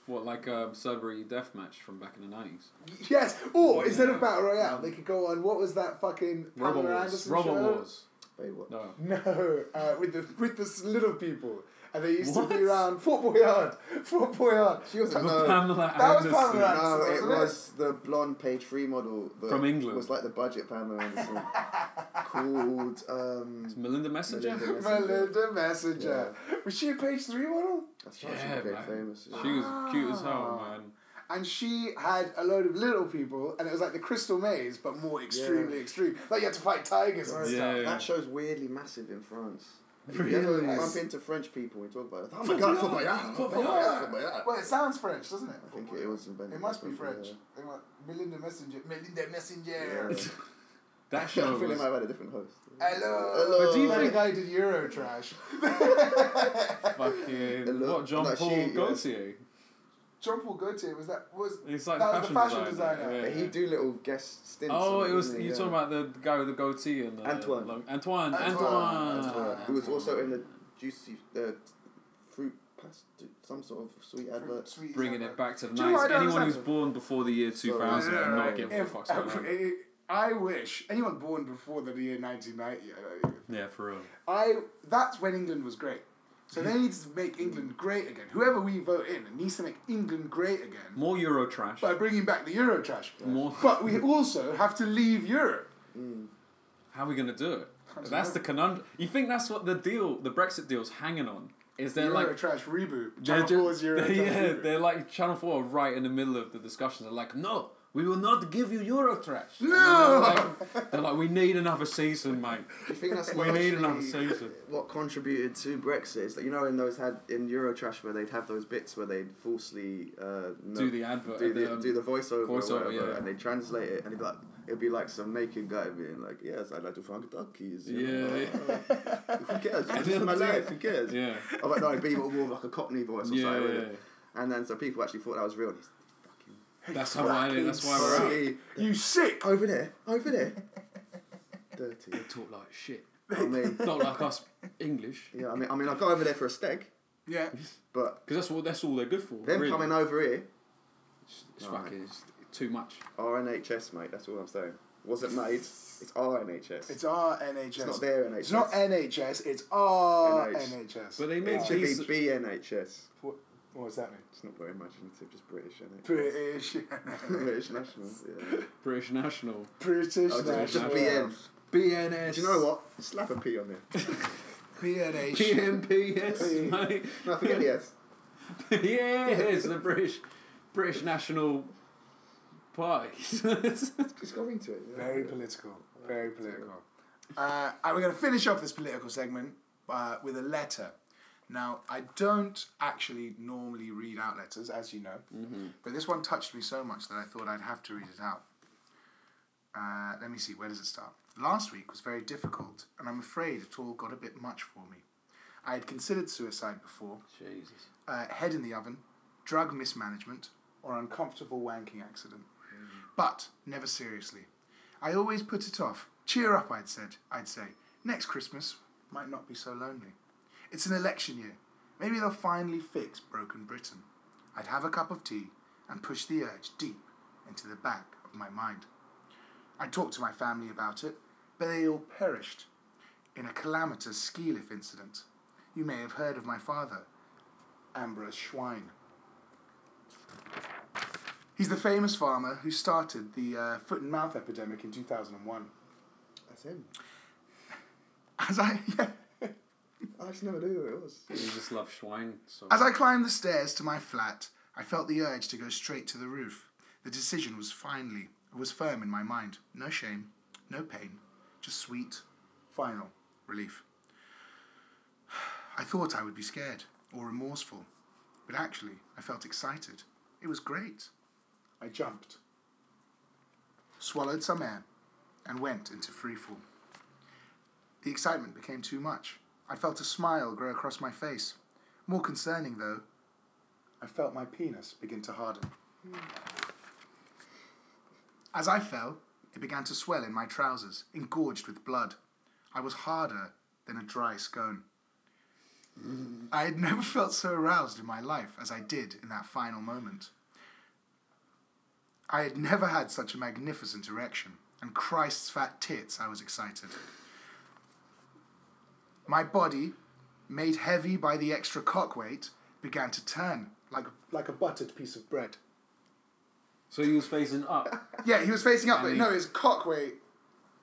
[SPEAKER 3] What, like a celebrity death match from back in the 90s?
[SPEAKER 1] Yes, or instead of
[SPEAKER 3] Yeah.
[SPEAKER 1] battle royale, they could go on. What was that fucking
[SPEAKER 3] Robot
[SPEAKER 1] Pamela
[SPEAKER 3] Wars.
[SPEAKER 1] Anderson
[SPEAKER 3] Robot
[SPEAKER 1] show?
[SPEAKER 3] Wars.
[SPEAKER 2] Baywatch.
[SPEAKER 3] No.
[SPEAKER 1] No, uh, with the with the s- little people, and they used to
[SPEAKER 3] What?
[SPEAKER 1] be around football yard, football yard.
[SPEAKER 2] She was no,
[SPEAKER 3] [laughs] Pamela
[SPEAKER 1] That was
[SPEAKER 3] Anderson.
[SPEAKER 1] Pamela Anderson.
[SPEAKER 2] No,
[SPEAKER 1] Anderson,
[SPEAKER 2] it
[SPEAKER 1] wasn't it?
[SPEAKER 2] was the blonde page three model that
[SPEAKER 3] From England.
[SPEAKER 2] Was like the budget Pamela Anderson called. Um,
[SPEAKER 3] Melinda Messenger?
[SPEAKER 2] Melinda Messenger.
[SPEAKER 1] Melinda Messenger. Was she a page three model?
[SPEAKER 2] that's right, she
[SPEAKER 3] Yeah,
[SPEAKER 2] became
[SPEAKER 3] man.
[SPEAKER 2] famous.
[SPEAKER 3] She was cute as hell, man.
[SPEAKER 1] and she had a load of little people, and it was like the Crystal Maze, but more extremely extreme. Like you had to fight tigers and
[SPEAKER 3] Right.
[SPEAKER 1] stuff.
[SPEAKER 3] Yeah.
[SPEAKER 2] That show's weirdly massive in France. You ever
[SPEAKER 3] Really?
[SPEAKER 2] bump into French people and talk about it. Oh my god, Fauboyard! Fauboyard! Fauboyard!
[SPEAKER 1] Well, it sounds French, doesn't it?
[SPEAKER 2] I think it was invented.
[SPEAKER 1] It must
[SPEAKER 2] by
[SPEAKER 1] be
[SPEAKER 2] French
[SPEAKER 1] French. They want Melinda Messenger. Melinda Messenger.
[SPEAKER 2] people, yeah.
[SPEAKER 1] [laughs]
[SPEAKER 2] [laughs]
[SPEAKER 3] That
[SPEAKER 2] Yeah,
[SPEAKER 3] show
[SPEAKER 2] I feel they
[SPEAKER 3] was
[SPEAKER 2] might have had a different host.
[SPEAKER 1] Hello.
[SPEAKER 2] Hello.
[SPEAKER 1] But do you
[SPEAKER 2] Hello.
[SPEAKER 1] think I did Eurotrash? [laughs]
[SPEAKER 3] fucking
[SPEAKER 2] looked
[SPEAKER 3] what John
[SPEAKER 2] like
[SPEAKER 3] Paul
[SPEAKER 2] shit, yeah.
[SPEAKER 3] Gaultier.
[SPEAKER 1] John Paul Gaultier was that was
[SPEAKER 3] It's like
[SPEAKER 1] that was
[SPEAKER 3] fashion
[SPEAKER 1] the fashion
[SPEAKER 3] designer,
[SPEAKER 1] designer.
[SPEAKER 2] But he'd do little guest stints.
[SPEAKER 3] Oh,
[SPEAKER 2] on
[SPEAKER 3] it was
[SPEAKER 2] didn't he?
[SPEAKER 3] you
[SPEAKER 2] Yeah.
[SPEAKER 3] talking about the guy with the goatee and uh,
[SPEAKER 2] Antoine.
[SPEAKER 3] long- Antoine,
[SPEAKER 1] Antoine,
[SPEAKER 3] Antoine,
[SPEAKER 1] Antoine.
[SPEAKER 2] Who was also in the juicy uh, fruit past some sort of sweet advert.
[SPEAKER 1] Sweet
[SPEAKER 3] bringing it
[SPEAKER 1] Isabel.
[SPEAKER 3] back to the
[SPEAKER 1] Do you know what
[SPEAKER 3] nineties.
[SPEAKER 1] I don't
[SPEAKER 3] Anyone who's
[SPEAKER 1] understand?
[SPEAKER 3] born before the year two thousand
[SPEAKER 2] Yeah,
[SPEAKER 3] and
[SPEAKER 2] right.
[SPEAKER 3] not getting
[SPEAKER 1] If-
[SPEAKER 3] fucked up.
[SPEAKER 1] I wish anyone born before the year 1990, I don't even-
[SPEAKER 3] Yeah, for real.
[SPEAKER 1] I that's when England was great. So they need to make England great again. Whoever we vote in needs to make England great again
[SPEAKER 3] More Euro trash.
[SPEAKER 1] by bringing back the Euro trash.
[SPEAKER 3] More.
[SPEAKER 1] But we also have to leave Europe.
[SPEAKER 3] How are we gonna do it?
[SPEAKER 1] don't
[SPEAKER 3] That's
[SPEAKER 1] know.
[SPEAKER 3] the conundrum. You think that's what the deal, the Brexit deal's hanging on? Is they're
[SPEAKER 1] Euro
[SPEAKER 3] like
[SPEAKER 1] trash reboot.
[SPEAKER 3] they're
[SPEAKER 1] Channel
[SPEAKER 3] ju-
[SPEAKER 1] 4's Euro trash
[SPEAKER 3] [laughs] yeah,
[SPEAKER 1] reboot.
[SPEAKER 3] they're like Channel Four are right in the middle of the discussion. They're like, no, we will not give you Euro trash.
[SPEAKER 1] No!
[SPEAKER 3] they're like, we need another season, mate.
[SPEAKER 2] I think
[SPEAKER 3] [laughs]
[SPEAKER 2] that's
[SPEAKER 3] We need another
[SPEAKER 2] largely
[SPEAKER 3] season.
[SPEAKER 2] what contributed to Brexit. Is that you know in those had in Eurotrash where they'd have those bits where they'd falsely uh, no-
[SPEAKER 3] Do the advert,
[SPEAKER 2] do
[SPEAKER 3] the,
[SPEAKER 2] the,
[SPEAKER 3] um,
[SPEAKER 2] do the voiceover,
[SPEAKER 3] voiceover,
[SPEAKER 2] or whatever,
[SPEAKER 3] yeah.
[SPEAKER 2] and they translate it, and it'd be like it'd be like some naked guy being like, "Yes, I'd like to fuck donkeys." you know,
[SPEAKER 3] Yeah.
[SPEAKER 2] like, Who
[SPEAKER 3] [laughs]
[SPEAKER 2] cares? This is my
[SPEAKER 3] they'll do
[SPEAKER 2] life. Who cares? [laughs]
[SPEAKER 3] Yeah.
[SPEAKER 2] I'm like, no, it'd be more like a Cockney voice or
[SPEAKER 3] Yeah,
[SPEAKER 2] something.
[SPEAKER 3] yeah,
[SPEAKER 2] wouldn't it? And then so people actually thought that was real. And he's
[SPEAKER 3] That's how why. That's why we're out.
[SPEAKER 2] "Hey,
[SPEAKER 1] You sick!
[SPEAKER 2] over there, over there. Dirty.
[SPEAKER 3] Talk like shit.
[SPEAKER 2] I mean,
[SPEAKER 3] Not like us English,
[SPEAKER 2] yeah, I mean, I mean, I go over there for a steak,
[SPEAKER 3] [laughs]
[SPEAKER 1] Yeah.
[SPEAKER 2] but
[SPEAKER 3] because that's all that's all they're good for.
[SPEAKER 2] them
[SPEAKER 3] really.
[SPEAKER 2] coming over here.
[SPEAKER 3] It's fucking it's too much.
[SPEAKER 2] RNHS, mate. That's all I'm saying. Wasn't made. It's RNHS.
[SPEAKER 1] It's our NHS.
[SPEAKER 2] It's not their NHS.
[SPEAKER 1] It's not NHS, it's our
[SPEAKER 2] NH.
[SPEAKER 1] NHS.
[SPEAKER 3] But they made
[SPEAKER 2] It should
[SPEAKER 3] these-
[SPEAKER 2] be BNHS.
[SPEAKER 1] What, what does that mean?
[SPEAKER 2] It's not very imaginative. Just British NHS.
[SPEAKER 1] British.
[SPEAKER 2] [laughs] British National. Yeah.
[SPEAKER 3] British national.
[SPEAKER 1] British.
[SPEAKER 2] Oh, just, just
[SPEAKER 1] National-
[SPEAKER 2] BN.
[SPEAKER 3] BNS.
[SPEAKER 2] Do you know what? Slap a P on there.
[SPEAKER 1] PNH.
[SPEAKER 3] PMPS, mate.
[SPEAKER 2] No, forget the S.
[SPEAKER 3] [laughs] yes, the British British National Party. [laughs]
[SPEAKER 2] Just got into it. Yeah.
[SPEAKER 1] Very political. Very political. Uh, and we're going to finish off this political segment uh, with a letter. Now, I don't actually normally read out letters, as you know, but this one touched me so much that I thought I'd have to read it out. Uh, let me see, where does it start? Last week was very difficult, and I'm afraid it all got a bit much for me. I had considered suicide before,
[SPEAKER 3] Jesus.
[SPEAKER 1] uh, head in the oven, drug mismanagement, or uncomfortable wanking accident. But never seriously. I always put it off. Cheer up, I'd said. I'd say next Christmas might not be so lonely. It's an election year. Maybe they'll finally fix broken Britain. I'd have a cup of tea and push the urge deep into the back of my mind. I talked to my family about it, but they all perished in a calamitous ski lift incident. You may have heard of my father, Ambrose Schwein. He's the famous farmer who started the uh, foot and mouth epidemic in 2001.
[SPEAKER 2] That's him.
[SPEAKER 1] As I, [laughs] yeah,
[SPEAKER 2] I just never knew who it was.
[SPEAKER 3] You just love Schwein. So.
[SPEAKER 1] as I climbed the stairs to my flat, I felt the urge to go straight to the roof. The decision was finally, was firm in my mind. No shame, no pain, just sweet, final relief. [sighs] I thought I would be scared or remorseful, but actually, I felt excited. It was great. I jumped, swallowed some air, and went into freefall. The excitement became too much. I felt a smile grow across my face. More concerning, though, I felt my penis begin to harden. As I fell, it began to swell in my trousers, engorged with blood. I was harder than a dry scone. I had never [laughs] felt so aroused in my life as I did in that final moment. I had never had such a magnificent erection, and Christ's fat tits, I was excited. My body, made heavy by the extra cock weight, began to turn like, like a buttered piece of bread.
[SPEAKER 3] so he was facing up. [laughs]
[SPEAKER 1] Yeah, he was facing up,
[SPEAKER 3] I
[SPEAKER 1] but
[SPEAKER 3] mean-
[SPEAKER 1] no, his cock weight.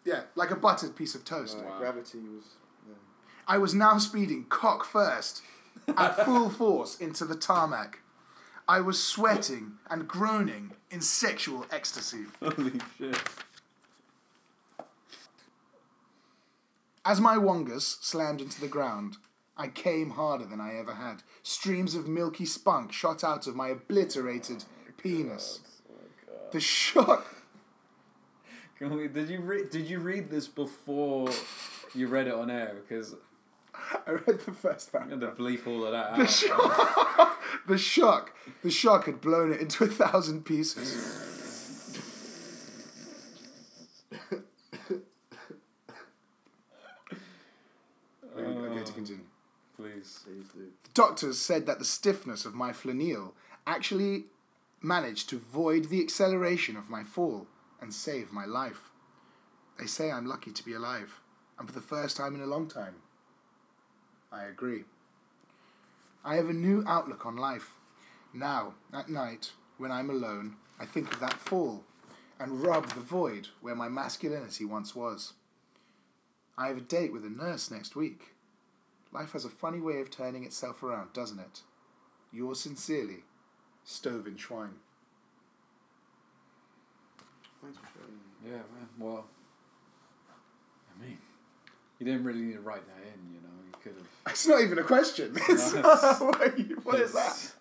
[SPEAKER 1] Yeah, like a buttered piece of toast.
[SPEAKER 2] Like,
[SPEAKER 3] Wow.
[SPEAKER 2] Gravity was. Yeah.
[SPEAKER 1] I was now speeding cock first at full force into the tarmac. I was sweating and groaning in sexual ecstasy.
[SPEAKER 3] Holy shit.
[SPEAKER 1] As my wongus slammed into the ground, I came harder than I ever had. Streams of milky spunk shot out of my obliterated penis. The shock. [laughs]
[SPEAKER 3] Can we, did you re- did you read this before you read it on air? Because
[SPEAKER 1] I read the first
[SPEAKER 3] I'm
[SPEAKER 1] paragraph.
[SPEAKER 3] gonna bleep all of that
[SPEAKER 1] The [laughs]
[SPEAKER 3] out.
[SPEAKER 1] shock. the shock. The shock had blown it into a thousand pieces. okay, to continue.
[SPEAKER 3] Please.
[SPEAKER 2] Please do.
[SPEAKER 1] Doctors said that the stiffness of my flanel actually managed to void the acceleration of my fall and save my life. They say I'm lucky to be alive, and for the first time in a long time. I agree. I have a new outlook on life. Now, at night, when I'm alone, I think of that fall and rub the void where my masculinity once was. I have a date with a nurse next week. Life has a funny way of turning itself around, doesn't it? Yours sincerely, Stove in Schwein. [laughs]
[SPEAKER 2] Thanks for sharing.
[SPEAKER 3] Yeah, man. Well, I mean, you didn't really need to write that in, you know. You could have.
[SPEAKER 1] It's not even a question. [laughs] It's-
[SPEAKER 3] Nice.
[SPEAKER 1] what, you- [laughs] what is that?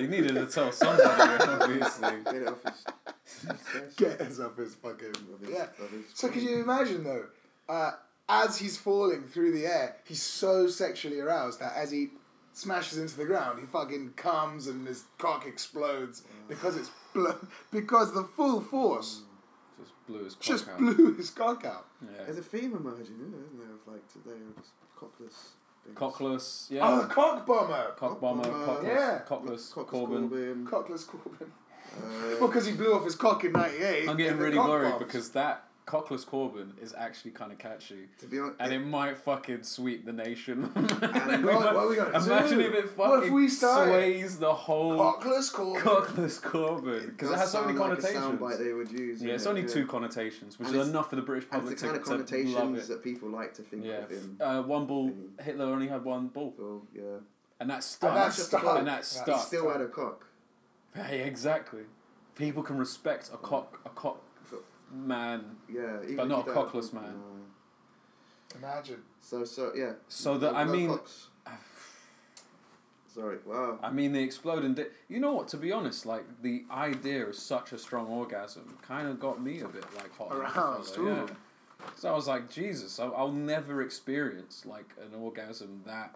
[SPEAKER 3] You needed to tell somebody,
[SPEAKER 1] [laughs]
[SPEAKER 3] [laughs]
[SPEAKER 2] [laughs]
[SPEAKER 3] obviously.
[SPEAKER 2] Get it off his.
[SPEAKER 1] Get us up his fucking.
[SPEAKER 2] Of his-
[SPEAKER 1] Yeah.
[SPEAKER 2] of his
[SPEAKER 1] So could
[SPEAKER 2] screen.
[SPEAKER 1] you imagine though? Uh, as he's falling through the air, he's so sexually aroused that as he smashes into the ground, he fucking comes and his cock explodes
[SPEAKER 3] Mm.
[SPEAKER 1] because it's blo- because the full force
[SPEAKER 3] Just blew his cock
[SPEAKER 1] just
[SPEAKER 3] Mm, out.
[SPEAKER 1] blew his cock out.
[SPEAKER 3] Yeah.
[SPEAKER 2] There's a theme emerging, isn't there? Isn't there? Of like today, it was cockless. things.
[SPEAKER 3] Cockless, yeah.
[SPEAKER 1] Oh, the cock bomber.
[SPEAKER 3] cock bomber,
[SPEAKER 2] Cock
[SPEAKER 3] cockless,
[SPEAKER 2] bomber.
[SPEAKER 1] Yeah.
[SPEAKER 3] cockless,
[SPEAKER 2] Cockless
[SPEAKER 3] Corbin.
[SPEAKER 2] Corbin.
[SPEAKER 1] Cockless Corbin.
[SPEAKER 2] Uh,
[SPEAKER 1] Well, because he blew off his cock in '98.
[SPEAKER 3] I'm getting
[SPEAKER 1] and the
[SPEAKER 3] really
[SPEAKER 1] cock
[SPEAKER 3] worried
[SPEAKER 1] bombs. [laughs]
[SPEAKER 3] because that cockless Corbin is actually kind of catchy.
[SPEAKER 2] to be honest,
[SPEAKER 3] And it might fucking sweep the nation. [laughs]
[SPEAKER 1] what- what are we gonna
[SPEAKER 3] Imagine
[SPEAKER 1] do?
[SPEAKER 3] if it fucking
[SPEAKER 1] What if we started?
[SPEAKER 3] sways the whole
[SPEAKER 1] cockless Corbin.
[SPEAKER 3] cockless Corbin. Because it,
[SPEAKER 2] does
[SPEAKER 3] has so many
[SPEAKER 2] sound
[SPEAKER 3] connotations.
[SPEAKER 2] Like a soundbite they would use.
[SPEAKER 3] yeah, it's
[SPEAKER 2] innit?
[SPEAKER 3] only
[SPEAKER 2] Yeah.
[SPEAKER 3] two connotations, which
[SPEAKER 2] And
[SPEAKER 3] is
[SPEAKER 2] it's-
[SPEAKER 3] enough for the British
[SPEAKER 2] And
[SPEAKER 3] public
[SPEAKER 2] it's the kind of
[SPEAKER 3] to, to love
[SPEAKER 2] connotations
[SPEAKER 3] it.
[SPEAKER 2] that people like to think
[SPEAKER 3] Yeah,
[SPEAKER 2] of in.
[SPEAKER 3] uh, one ball. Hitler only had one ball,
[SPEAKER 2] Oh, yeah.
[SPEAKER 3] and that stuck.
[SPEAKER 1] that stuck.
[SPEAKER 3] And that
[SPEAKER 1] That's
[SPEAKER 2] He
[SPEAKER 3] stuck.
[SPEAKER 2] still had a cock.
[SPEAKER 3] Hey, exactly. People can respect a cock, a cock man.
[SPEAKER 2] Yeah. even
[SPEAKER 3] But
[SPEAKER 2] if
[SPEAKER 3] not
[SPEAKER 2] you
[SPEAKER 3] a
[SPEAKER 2] don't-
[SPEAKER 3] cockless man.
[SPEAKER 2] No.
[SPEAKER 1] Imagine.
[SPEAKER 2] So so yeah.
[SPEAKER 3] So that I
[SPEAKER 2] No
[SPEAKER 3] mean,
[SPEAKER 2] cocks. Sorry. Wow.
[SPEAKER 3] I mean, the exploding. Di- you know what? To be honest, like the idea of such a strong orgasm kind of got me a bit like hot under the
[SPEAKER 1] Aroused,
[SPEAKER 3] collar,
[SPEAKER 1] ooh.
[SPEAKER 3] So I was like, Jesus, I'll, I'll never experience like an orgasm that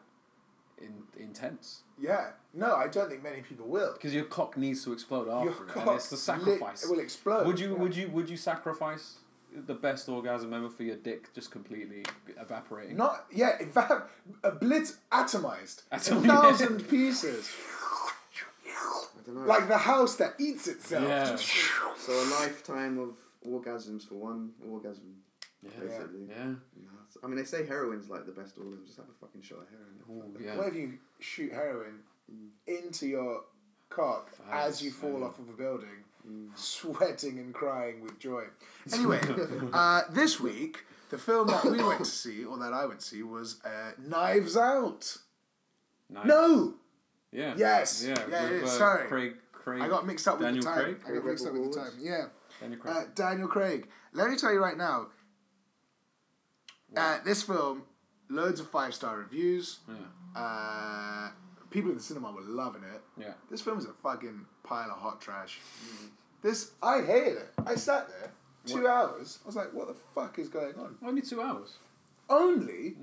[SPEAKER 3] in- intense
[SPEAKER 1] Yeah. No, I don't think many people will.
[SPEAKER 3] because your cock needs to explode
[SPEAKER 1] Your
[SPEAKER 3] after, it,
[SPEAKER 1] cock
[SPEAKER 3] and it's the
[SPEAKER 1] lit-
[SPEAKER 3] sacrifice.
[SPEAKER 1] it will explode.
[SPEAKER 3] Would you?
[SPEAKER 1] Yeah.
[SPEAKER 3] Would you? Would you sacrifice the best orgasm ever for your dick just completely evaporating?
[SPEAKER 1] Not yeah. Evap- a blitz atomized.
[SPEAKER 3] Atomized.
[SPEAKER 1] A thousand pieces.
[SPEAKER 3] [laughs]
[SPEAKER 2] I don't know.
[SPEAKER 1] Like the house that eats itself.
[SPEAKER 3] Yeah.
[SPEAKER 1] [laughs]
[SPEAKER 2] so a lifetime of orgasms for one orgasm.
[SPEAKER 3] Yeah.
[SPEAKER 2] Basically.
[SPEAKER 3] Yeah.
[SPEAKER 2] Nuts. I mean, they say heroin's like the best orgasm. Just have a fucking shot of heroin.
[SPEAKER 3] Ooh, yeah.
[SPEAKER 1] What if you shoot heroin into your cock as you fall off of a building,
[SPEAKER 3] Mm.
[SPEAKER 1] sweating and crying with joy?
[SPEAKER 3] [laughs]
[SPEAKER 1] Anyway, uh, this week, the film that we went to see, or that I went to see, was uh, Knives Out.
[SPEAKER 3] Nice.
[SPEAKER 1] No!
[SPEAKER 3] Yeah.
[SPEAKER 1] Yes.
[SPEAKER 3] Yeah.
[SPEAKER 1] Yeah,
[SPEAKER 3] with,
[SPEAKER 1] yeah,
[SPEAKER 3] uh,
[SPEAKER 1] sorry.
[SPEAKER 3] Craig. Craig.
[SPEAKER 1] I got mixed up with
[SPEAKER 3] Daniel
[SPEAKER 1] the time.
[SPEAKER 3] Craig?
[SPEAKER 1] I got mixed up with the
[SPEAKER 2] Awards?
[SPEAKER 1] time, yeah.
[SPEAKER 3] Daniel Craig.
[SPEAKER 1] Uh, Daniel Craig. Let me tell you right now, uh, this film, loads of five star reviews.
[SPEAKER 3] yeah.
[SPEAKER 1] Uh, people in the cinema were loving it.
[SPEAKER 3] Yeah.
[SPEAKER 1] This film is a fucking pile of hot trash. This I hated it. I sat there two hours. I was like, what the fuck is going on?
[SPEAKER 3] Only two hours.
[SPEAKER 1] Only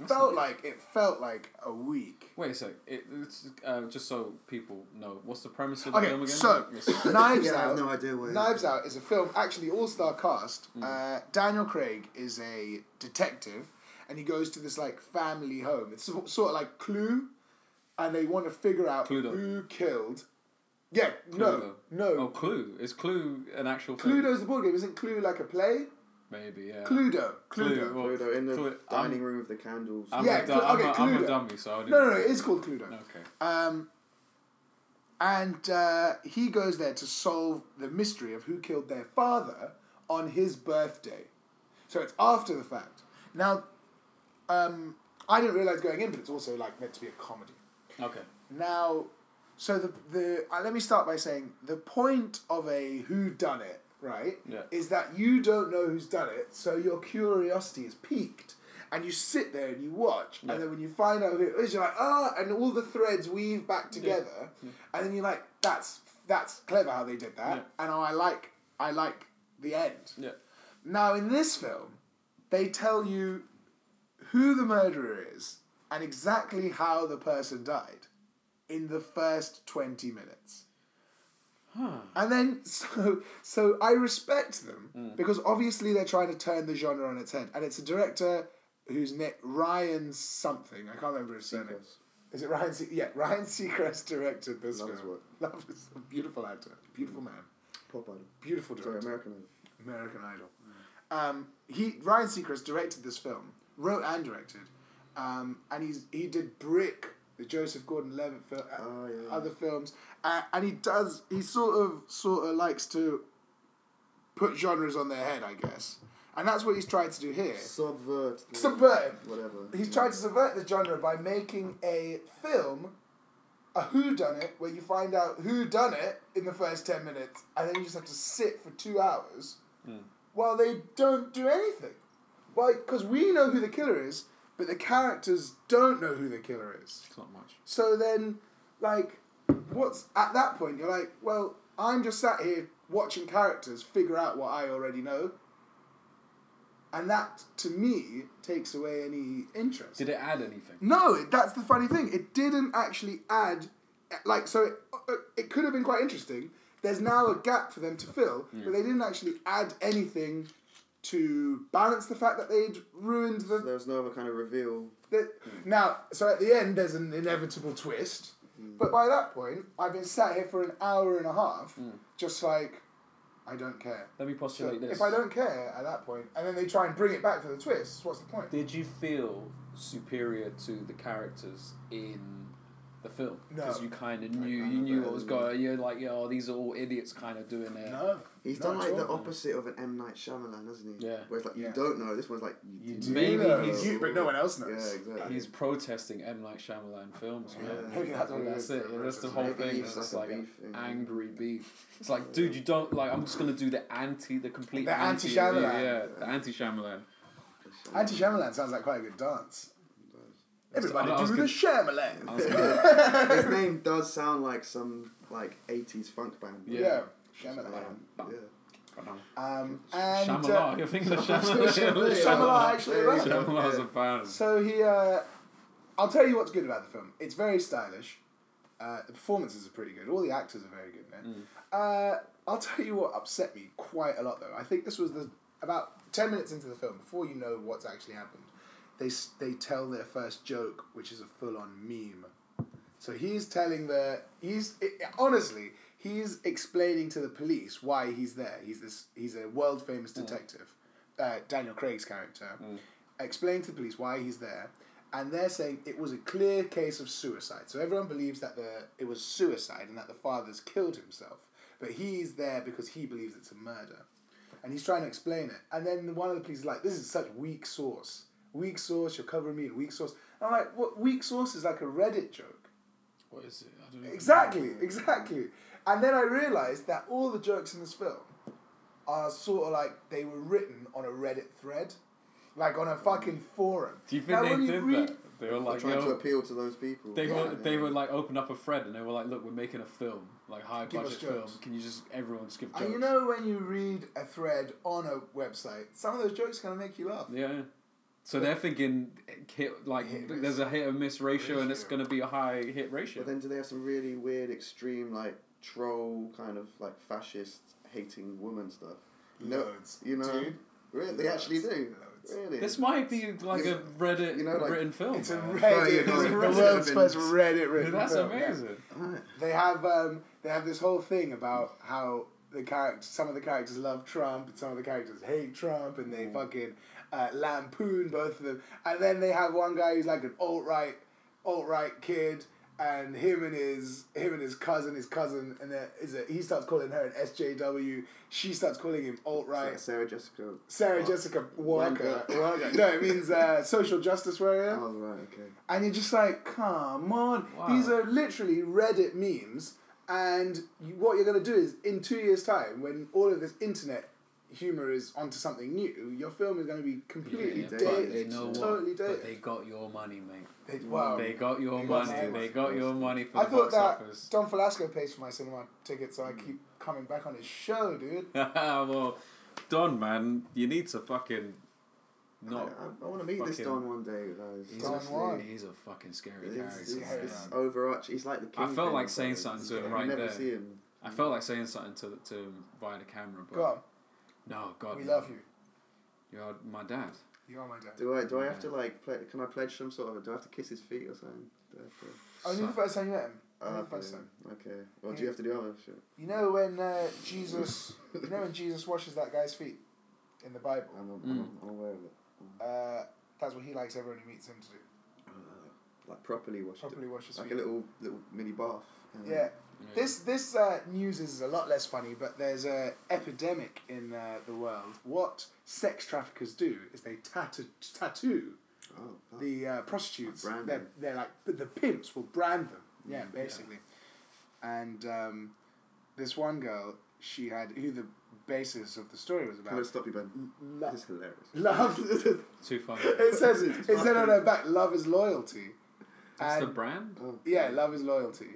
[SPEAKER 3] That's
[SPEAKER 1] felt
[SPEAKER 3] nice.
[SPEAKER 1] like it felt like a week.
[SPEAKER 3] Wait a sec. It, it's uh, just so people know what's the premise of the film
[SPEAKER 1] Okay,
[SPEAKER 3] again.
[SPEAKER 1] so
[SPEAKER 3] Yes.
[SPEAKER 1] Knives
[SPEAKER 2] Yeah, I have
[SPEAKER 1] Out.
[SPEAKER 2] no idea what it
[SPEAKER 1] Knives
[SPEAKER 2] is.
[SPEAKER 1] Out is a film actually all star cast. Uh, Daniel Craig is a detective, and he goes to this like family home. It's sort sort of like Clue, and they want to figure out
[SPEAKER 3] Cluedo.
[SPEAKER 1] who killed. Yeah, no,
[SPEAKER 3] Cluedo.
[SPEAKER 1] no.
[SPEAKER 3] Oh, Clue. Is Clue an actual film?
[SPEAKER 1] Cluedo's the board game. Isn't Clue like a play?
[SPEAKER 3] Maybe. Yeah.
[SPEAKER 1] Cluedo. Cluedo.
[SPEAKER 3] Clue.
[SPEAKER 2] Cluedo in the
[SPEAKER 3] Clue- I'm-
[SPEAKER 2] dining room with the candles.
[SPEAKER 3] I'm,
[SPEAKER 1] Yeah,
[SPEAKER 3] a,
[SPEAKER 1] Clu-
[SPEAKER 3] du- I'm,
[SPEAKER 1] okay,
[SPEAKER 3] a, I'm a
[SPEAKER 1] Cluedo.
[SPEAKER 3] dummy, so I didn't.
[SPEAKER 1] No, no, no. It is called Cluedo.
[SPEAKER 3] Okay.
[SPEAKER 1] Um, and uh, he goes there to solve the mystery of who killed their father on his birthday. So it's after the fact. Now, um, I didn't realize going in, but it's also like meant to be a comedy.
[SPEAKER 3] Okay.
[SPEAKER 1] Now, So the the uh, let me start by saying the point of a who done it right
[SPEAKER 3] Yeah.
[SPEAKER 1] is that you don't know who's done it, so your curiosity is piqued, and you sit there and you watch,
[SPEAKER 3] Yeah.
[SPEAKER 1] and then when you find out who it is, you're like ah, and all the threads weave back together, and then you're like that's that's clever how they did that, and I like I like the end.
[SPEAKER 3] Yeah.
[SPEAKER 1] Now, in this film, they tell you who the murderer is and exactly how the person died in the first 20 minutes. And then, [laughs] so, so I respect them
[SPEAKER 2] Hmm.
[SPEAKER 1] because obviously they're trying to turn the genre on its head. And it's a director who's Nick Ryan something. I can't remember his surname. Is it Ryan? Se- yeah, Ryan Seacrest directed this
[SPEAKER 2] Love his
[SPEAKER 1] film.
[SPEAKER 2] work.
[SPEAKER 1] Love is a beautiful actor, beautiful man,
[SPEAKER 2] Pop Idol.
[SPEAKER 1] beautiful director.
[SPEAKER 2] Sorry, American Idol.
[SPEAKER 1] American Idol. Um, he Ryan Seacrest directed this film, wrote and directed, um, and he's he did Brick, the Joseph Gordon-Levitt film, uh,
[SPEAKER 2] Oh, yeah.
[SPEAKER 1] other films, uh, and he does he sort of sort of likes to put genres on their head, I guess, and that's what he's trying to do here.
[SPEAKER 2] Subvert.
[SPEAKER 1] Subvert.
[SPEAKER 2] Whatever.
[SPEAKER 1] He's tried to subvert the genre by making a film, a who done it, where you find out who done it in the first ten minutes, and then you just have to sit for two hours while they don't do anything. Like, because we know who the killer is, but the characters don't know who the killer is.
[SPEAKER 3] It's not much.
[SPEAKER 1] So then, like, what's at that point? You're like, well, I'm just sat here watching characters figure out what I already know, and that to me takes away any interest.
[SPEAKER 3] Did it add anything?
[SPEAKER 1] no, it- that's the funny thing. It didn't actually add, like, so it, uh, it could have been quite interesting. There's now a gap for them to fill, but they didn't actually add anything to balance the fact that they'd ruined the
[SPEAKER 2] There was no other kind of reveal.
[SPEAKER 1] that- Now, so at the end, there's an inevitable twist.
[SPEAKER 3] Mm.
[SPEAKER 1] But by that point, I've been sat here for an hour and a half,
[SPEAKER 3] Mm.
[SPEAKER 1] just like, I don't care.
[SPEAKER 3] Let me
[SPEAKER 1] So
[SPEAKER 3] postulate this.
[SPEAKER 1] if I don't care at that point, and then they try and bring it back for the twist, what's the point?
[SPEAKER 3] Did you feel superior to the characters in the film?
[SPEAKER 1] No.
[SPEAKER 3] Because you kind of knew
[SPEAKER 2] kinda
[SPEAKER 3] you knew what
[SPEAKER 2] did.
[SPEAKER 3] was going. on. You're like, yeah, oh, these are all idiots, kind of doing their
[SPEAKER 1] No.
[SPEAKER 2] He's
[SPEAKER 1] not
[SPEAKER 2] done
[SPEAKER 1] at
[SPEAKER 2] like the
[SPEAKER 1] all.
[SPEAKER 2] opposite of an M Night Shyamalan, hasn't he?
[SPEAKER 3] Yeah.
[SPEAKER 2] Where it's like
[SPEAKER 1] Yeah.
[SPEAKER 2] you don't know. This one's like you,
[SPEAKER 1] You
[SPEAKER 2] do.
[SPEAKER 1] do
[SPEAKER 3] Maybe
[SPEAKER 1] know.
[SPEAKER 3] he's-
[SPEAKER 1] You- but no one else
[SPEAKER 2] Yeah,
[SPEAKER 1] knows.
[SPEAKER 2] exactly.
[SPEAKER 3] He's protesting M Night Shyamalan films, man.
[SPEAKER 2] Yeah. Maybe
[SPEAKER 1] that's what it
[SPEAKER 3] that's
[SPEAKER 1] is.
[SPEAKER 3] it. yeah, that's the whole
[SPEAKER 2] Maybe
[SPEAKER 3] thing.
[SPEAKER 2] he's
[SPEAKER 3] It's
[SPEAKER 2] like
[SPEAKER 3] just
[SPEAKER 2] a
[SPEAKER 3] like
[SPEAKER 2] beef, yeah.
[SPEAKER 3] angry beef.
[SPEAKER 2] [laughs]
[SPEAKER 3] It's like, dude, you don't like. I'm just gonna do the anti, the complete
[SPEAKER 1] The
[SPEAKER 3] anti.
[SPEAKER 1] anti-Shyamalan.
[SPEAKER 3] Yeah, the anti Shyamalan.
[SPEAKER 1] Anti Shyamalan sounds like quite a good dance. Everybody
[SPEAKER 3] I was
[SPEAKER 1] do the
[SPEAKER 3] gonna- Oh,
[SPEAKER 1] Shyamalan.
[SPEAKER 3] I was
[SPEAKER 2] [laughs]
[SPEAKER 3] gonna-
[SPEAKER 2] His name does sound like some like '80s funk band.
[SPEAKER 3] Yeah.
[SPEAKER 1] Yeah,
[SPEAKER 2] Yeah.
[SPEAKER 1] Shyamalan.
[SPEAKER 2] Yeah.
[SPEAKER 1] Um, and. uh, [laughs]
[SPEAKER 3] Shyamalan. I think the
[SPEAKER 1] Shyamalan,
[SPEAKER 3] Shyamalan.
[SPEAKER 1] Shyamalan actually. right.
[SPEAKER 3] [laughs] Shyamalan's a fan.
[SPEAKER 1] So he, uh, I'll tell you what's good about the film. It's very stylish. Uh, the performances are pretty good. All the actors are very good in it. Uh, I'll tell you what upset me quite a lot though. I think this was the about ten minutes into the film before you know what's actually happened. They s- they tell their first joke, which is a full on meme. So he's telling the he's i i- honestly he's explaining to the police why he's there. He's this he's a world famous detective, uh, Daniel Craig's character. Explain to the police why he's there, and they're saying it was a clear case of suicide. So everyone believes that the it was suicide and that the father's killed himself, but he's there because he believes it's a murder, and he's trying to explain it. And then one of the police is like, "This is such weak source, weak source. You're covering me in weak source." And I'm like, "What weak source is like a Reddit joke."
[SPEAKER 3] What is it? I don't know.
[SPEAKER 1] Exactly, exactly. And then I realised that all the jokes in this film are sort of like they were written on a Reddit thread, like on a fucking forum.
[SPEAKER 3] Do you think
[SPEAKER 1] Now,
[SPEAKER 3] they
[SPEAKER 1] when
[SPEAKER 3] did
[SPEAKER 1] read-
[SPEAKER 3] that? They were
[SPEAKER 2] Like,
[SPEAKER 3] like,
[SPEAKER 2] trying to
[SPEAKER 3] yo,
[SPEAKER 2] appeal to those people.
[SPEAKER 3] they
[SPEAKER 2] yeah,
[SPEAKER 3] were
[SPEAKER 2] yeah.
[SPEAKER 3] they would like open up a thread and they were like, look, we're making a film, like high
[SPEAKER 1] Give us
[SPEAKER 3] budget film.
[SPEAKER 1] jokes.
[SPEAKER 3] Can you just everyone just give jokes?
[SPEAKER 1] And you know when you read a thread on a website, some of those jokes are gonna make you laugh.
[SPEAKER 3] yeah. yeah. So they're thinking hit like
[SPEAKER 1] Hit and miss.
[SPEAKER 3] there's a hit and miss ratio, and it's
[SPEAKER 1] Ratio.
[SPEAKER 3] going to be a high hit ratio.
[SPEAKER 2] But then, do they have some really weird, extreme, like troll kind of like fascist hating woman stuff? No,
[SPEAKER 1] Loads.
[SPEAKER 2] you know,
[SPEAKER 1] Dude,
[SPEAKER 2] really, they actually do.
[SPEAKER 1] Loads.
[SPEAKER 2] Really,
[SPEAKER 3] This might be like
[SPEAKER 2] You
[SPEAKER 3] a Reddit
[SPEAKER 2] you know, like,
[SPEAKER 3] written film.
[SPEAKER 1] It's a
[SPEAKER 3] man.
[SPEAKER 1] Reddit.
[SPEAKER 2] yeah,
[SPEAKER 1] it's
[SPEAKER 3] yeah.
[SPEAKER 1] the world's
[SPEAKER 2] Reddit.
[SPEAKER 1] first Reddit written.
[SPEAKER 3] That's
[SPEAKER 1] film, yeah.
[SPEAKER 3] amazing.
[SPEAKER 2] Right.
[SPEAKER 1] They have um, they have this whole thing about how the characters, some of the characters love Trump and some of the characters hate Trump, and
[SPEAKER 3] Mm.
[SPEAKER 1] they fucking uh, lampoon both of them. And then they have one guy who's like an alt right, alt right kid, and him and his him and his cousin, his cousin, and there is a, he starts calling her an SJW. She starts calling him alt right.
[SPEAKER 2] Sarah Jessica.
[SPEAKER 1] Sarah
[SPEAKER 2] Oh,
[SPEAKER 1] Jessica Walker.
[SPEAKER 2] Walker.
[SPEAKER 1] Walker. [laughs] No, it means uh, social justice warrior.
[SPEAKER 2] Oh right, okay.
[SPEAKER 1] And you're just like, come on.
[SPEAKER 3] Wow.
[SPEAKER 1] These are literally Reddit memes. And you, what you're going to do is, in two years' time, when all of this internet humor is onto something new, your film is going to be completely
[SPEAKER 3] Yeah, but
[SPEAKER 1] dated.
[SPEAKER 3] they know what?
[SPEAKER 1] totally
[SPEAKER 3] but they
[SPEAKER 1] dated.
[SPEAKER 3] got your money, mate.
[SPEAKER 1] They, wow.
[SPEAKER 3] They got your
[SPEAKER 1] They got
[SPEAKER 3] money.
[SPEAKER 1] my-
[SPEAKER 3] they got your money for
[SPEAKER 1] I
[SPEAKER 3] the
[SPEAKER 1] thought
[SPEAKER 3] box
[SPEAKER 1] that
[SPEAKER 3] office.
[SPEAKER 1] Don Falasco pays for my cinema ticket, so I keep coming back on his show, dude.
[SPEAKER 3] [laughs] well, Don, man, you need to fucking not.
[SPEAKER 2] I, I want to meet this
[SPEAKER 3] fucking-
[SPEAKER 2] Don one day, guys.
[SPEAKER 3] He's,
[SPEAKER 1] Don
[SPEAKER 3] a,
[SPEAKER 2] Honestly,
[SPEAKER 1] Juan.
[SPEAKER 3] he's a fucking scary
[SPEAKER 2] He's,
[SPEAKER 3] character.
[SPEAKER 2] he's,
[SPEAKER 1] Yeah.
[SPEAKER 2] this
[SPEAKER 3] man.
[SPEAKER 2] overarch. He's like the king.
[SPEAKER 3] felt like saying something to him right
[SPEAKER 2] never
[SPEAKER 3] there.
[SPEAKER 2] see him.
[SPEAKER 3] I felt like saying something to to him via the camera, but
[SPEAKER 1] Go on.
[SPEAKER 3] no, God,
[SPEAKER 1] We
[SPEAKER 3] no.
[SPEAKER 1] love you.
[SPEAKER 3] You're my dad.
[SPEAKER 1] You are my dad.
[SPEAKER 2] Do I? Do I have to
[SPEAKER 3] Yeah.
[SPEAKER 2] like? Ple- can I pledge some sort of? Do I have to kiss his feet or something? Do I have to,
[SPEAKER 1] Only the
[SPEAKER 3] Son.
[SPEAKER 1] first time Oh, you met him. Only
[SPEAKER 2] Ah,
[SPEAKER 1] the first time.
[SPEAKER 2] Okay. Well, do you have to do other shit?
[SPEAKER 1] You know when uh, Jesus, you know when Jesus washes that guy's feet in the Bible.
[SPEAKER 2] I'm, I'm,
[SPEAKER 3] Mm.
[SPEAKER 2] I'm aware of it.
[SPEAKER 1] Uh, that's what he likes everyone who meets him to do.
[SPEAKER 2] Like properly washed. it.
[SPEAKER 1] Properly wash his
[SPEAKER 2] Like
[SPEAKER 1] feet.
[SPEAKER 2] a little little mini bath.
[SPEAKER 1] Yeah.
[SPEAKER 3] Yeah.
[SPEAKER 1] This this uh, news is a lot less funny, but there's a epidemic in uh, the world. What sex traffickers do is they tattoo tattoo
[SPEAKER 2] Oh. fuck.
[SPEAKER 1] the uh, prostitutes.
[SPEAKER 2] Brand
[SPEAKER 1] They're,
[SPEAKER 2] them.
[SPEAKER 1] they're like the pimps will brand them. Yeah, basically. And um, this one girl, she had who the basis of the story was
[SPEAKER 2] Can I
[SPEAKER 1] about.
[SPEAKER 2] stop you,
[SPEAKER 1] Mm,
[SPEAKER 2] Ben?
[SPEAKER 1] lo-
[SPEAKER 2] This is hilarious.
[SPEAKER 1] Love. [laughs]
[SPEAKER 3] Too funny.
[SPEAKER 1] it says it said on her back, love is loyalty.
[SPEAKER 3] That's the
[SPEAKER 1] And-
[SPEAKER 3] brand.
[SPEAKER 2] Oh.
[SPEAKER 1] yeah, love is loyalty.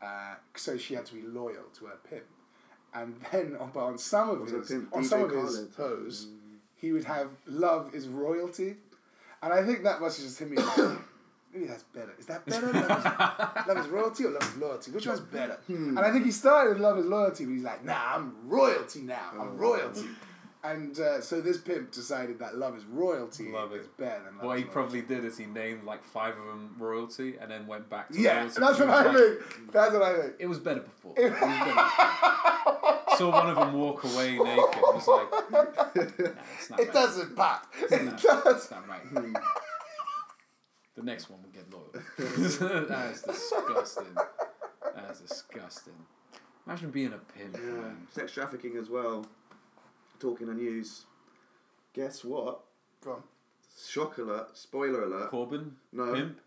[SPEAKER 1] Uh, so she had to be loyal to her pimp. And then [laughs] on, but on some of
[SPEAKER 2] Was her
[SPEAKER 1] his
[SPEAKER 2] pimp
[SPEAKER 1] on
[SPEAKER 2] DJ
[SPEAKER 1] some of his
[SPEAKER 2] Khaled?
[SPEAKER 1] hoes,
[SPEAKER 3] Mm.
[SPEAKER 1] he would have love is royalty. And I think that must have just him being like, [coughs] maybe that's better. Is that better? Love
[SPEAKER 3] [laughs]
[SPEAKER 1] is, love is royalty or love is loyalty? Which one's better? And
[SPEAKER 3] Hmm.
[SPEAKER 1] I think he started with love is loyalty, but he's like, nah, I'm royalty now.
[SPEAKER 3] Oh.
[SPEAKER 1] I'm royalty. And uh, so this pimp decided that love is royalty.
[SPEAKER 3] Love
[SPEAKER 1] is
[SPEAKER 3] it.
[SPEAKER 1] better than love
[SPEAKER 3] What
[SPEAKER 1] is
[SPEAKER 3] he
[SPEAKER 1] loyalty.
[SPEAKER 3] probably did is he named like five of them royalty and then went back to
[SPEAKER 1] Yeah,
[SPEAKER 3] royalty.
[SPEAKER 1] that's
[SPEAKER 3] He
[SPEAKER 1] what
[SPEAKER 3] was
[SPEAKER 1] I
[SPEAKER 3] like,
[SPEAKER 1] think. That's what I think.
[SPEAKER 3] It was
[SPEAKER 1] [laughs]
[SPEAKER 3] better before. It was better before. Saw one of them walk away naked. and was like, [laughs] nah, it's not
[SPEAKER 1] It
[SPEAKER 3] right.
[SPEAKER 1] doesn't bat. It
[SPEAKER 3] It's
[SPEAKER 1] does.
[SPEAKER 3] not right. [laughs] the next one will get loyal. [laughs] that is disgusting. That is disgusting. Imagine being a pimp,
[SPEAKER 2] Yeah.
[SPEAKER 3] man.
[SPEAKER 2] Sex trafficking as well. Talking the news. Guess what?
[SPEAKER 1] Go on.
[SPEAKER 2] Shock alert! Spoiler alert!
[SPEAKER 3] Corbin?
[SPEAKER 2] No.
[SPEAKER 3] Pimp?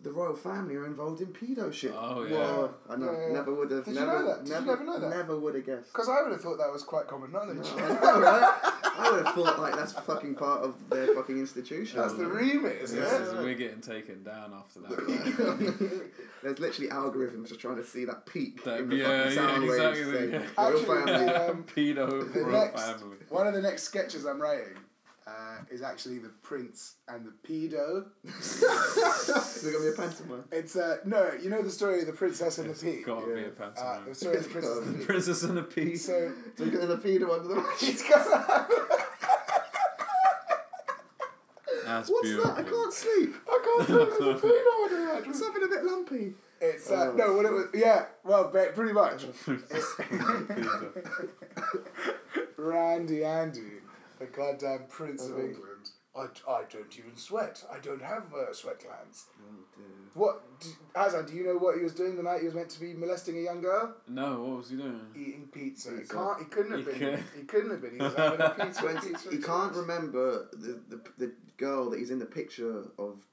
[SPEAKER 2] The royal family are involved in pedo shit.
[SPEAKER 3] Oh, yeah.
[SPEAKER 2] Whoa, I know,
[SPEAKER 1] Yeah, yeah, yeah.
[SPEAKER 2] never would have.
[SPEAKER 1] Did you
[SPEAKER 2] never,
[SPEAKER 1] know that? Did you
[SPEAKER 2] never,
[SPEAKER 1] never know that?
[SPEAKER 2] Never would have guessed.
[SPEAKER 1] Because I would have thought that was quite common knowledge.
[SPEAKER 2] I know, right? I would have thought like that's fucking part of their fucking institution.
[SPEAKER 1] That's the remit,
[SPEAKER 3] This
[SPEAKER 1] isn't
[SPEAKER 2] Yeah.
[SPEAKER 3] is,
[SPEAKER 1] it?
[SPEAKER 3] we're getting taken down after that.
[SPEAKER 2] [laughs] There's literally algorithms just trying to see that peak
[SPEAKER 3] That-
[SPEAKER 2] in the
[SPEAKER 3] yeah,
[SPEAKER 2] fucking
[SPEAKER 3] yeah,
[SPEAKER 2] sound waves.
[SPEAKER 3] exactly,
[SPEAKER 2] saying,
[SPEAKER 3] yeah.
[SPEAKER 2] Royal
[SPEAKER 1] Actually,
[SPEAKER 2] family.
[SPEAKER 1] the,
[SPEAKER 3] [laughs]
[SPEAKER 1] um,
[SPEAKER 3] Pedo
[SPEAKER 1] the
[SPEAKER 3] royal
[SPEAKER 1] next
[SPEAKER 3] family.
[SPEAKER 1] one of the next sketches I'm writing uh, is actually the prince and the pedo.
[SPEAKER 2] Is it gonna be a pantomime?
[SPEAKER 1] It's uh, no, you know the story of the princess and the pea.
[SPEAKER 3] Gotta be
[SPEAKER 2] Yeah.
[SPEAKER 3] a
[SPEAKER 1] Uh,
[SPEAKER 3] pantomime.
[SPEAKER 1] the story of the princess and
[SPEAKER 3] [laughs]
[SPEAKER 1] the pea.
[SPEAKER 3] Princess and a pea.
[SPEAKER 1] So
[SPEAKER 2] So you're gonna feed them under the
[SPEAKER 1] [laughs] she's got.
[SPEAKER 3] That's
[SPEAKER 2] What's
[SPEAKER 3] beautiful.
[SPEAKER 2] that? I can't sleep.
[SPEAKER 1] I
[SPEAKER 3] [laughs]
[SPEAKER 1] can't believe there's a pedo under her.
[SPEAKER 2] It's something a bit lumpy.
[SPEAKER 1] It's uh,
[SPEAKER 2] Oh.
[SPEAKER 1] no, what it was, yeah, well, ba- pretty
[SPEAKER 3] [laughs]
[SPEAKER 1] much. Randy Andy, the goddamn Prince of
[SPEAKER 2] Oh.
[SPEAKER 1] England. I, I don't even sweat. I don't have uh, sweat glands.
[SPEAKER 2] Oh dear.
[SPEAKER 1] What, d Hazan, do you know what he was doing the night he was meant to be molesting a young girl?
[SPEAKER 3] no, what was he doing?
[SPEAKER 1] Eating pizza. He
[SPEAKER 2] Pizza.
[SPEAKER 1] can't, he couldn't have
[SPEAKER 3] He
[SPEAKER 1] been.
[SPEAKER 3] can't.
[SPEAKER 1] He couldn't have been. He was
[SPEAKER 2] [laughs]
[SPEAKER 1] having a pizza.
[SPEAKER 2] When
[SPEAKER 1] pizza,
[SPEAKER 2] he
[SPEAKER 1] pizza.
[SPEAKER 2] can't remember the, the the girl that he's in the picture of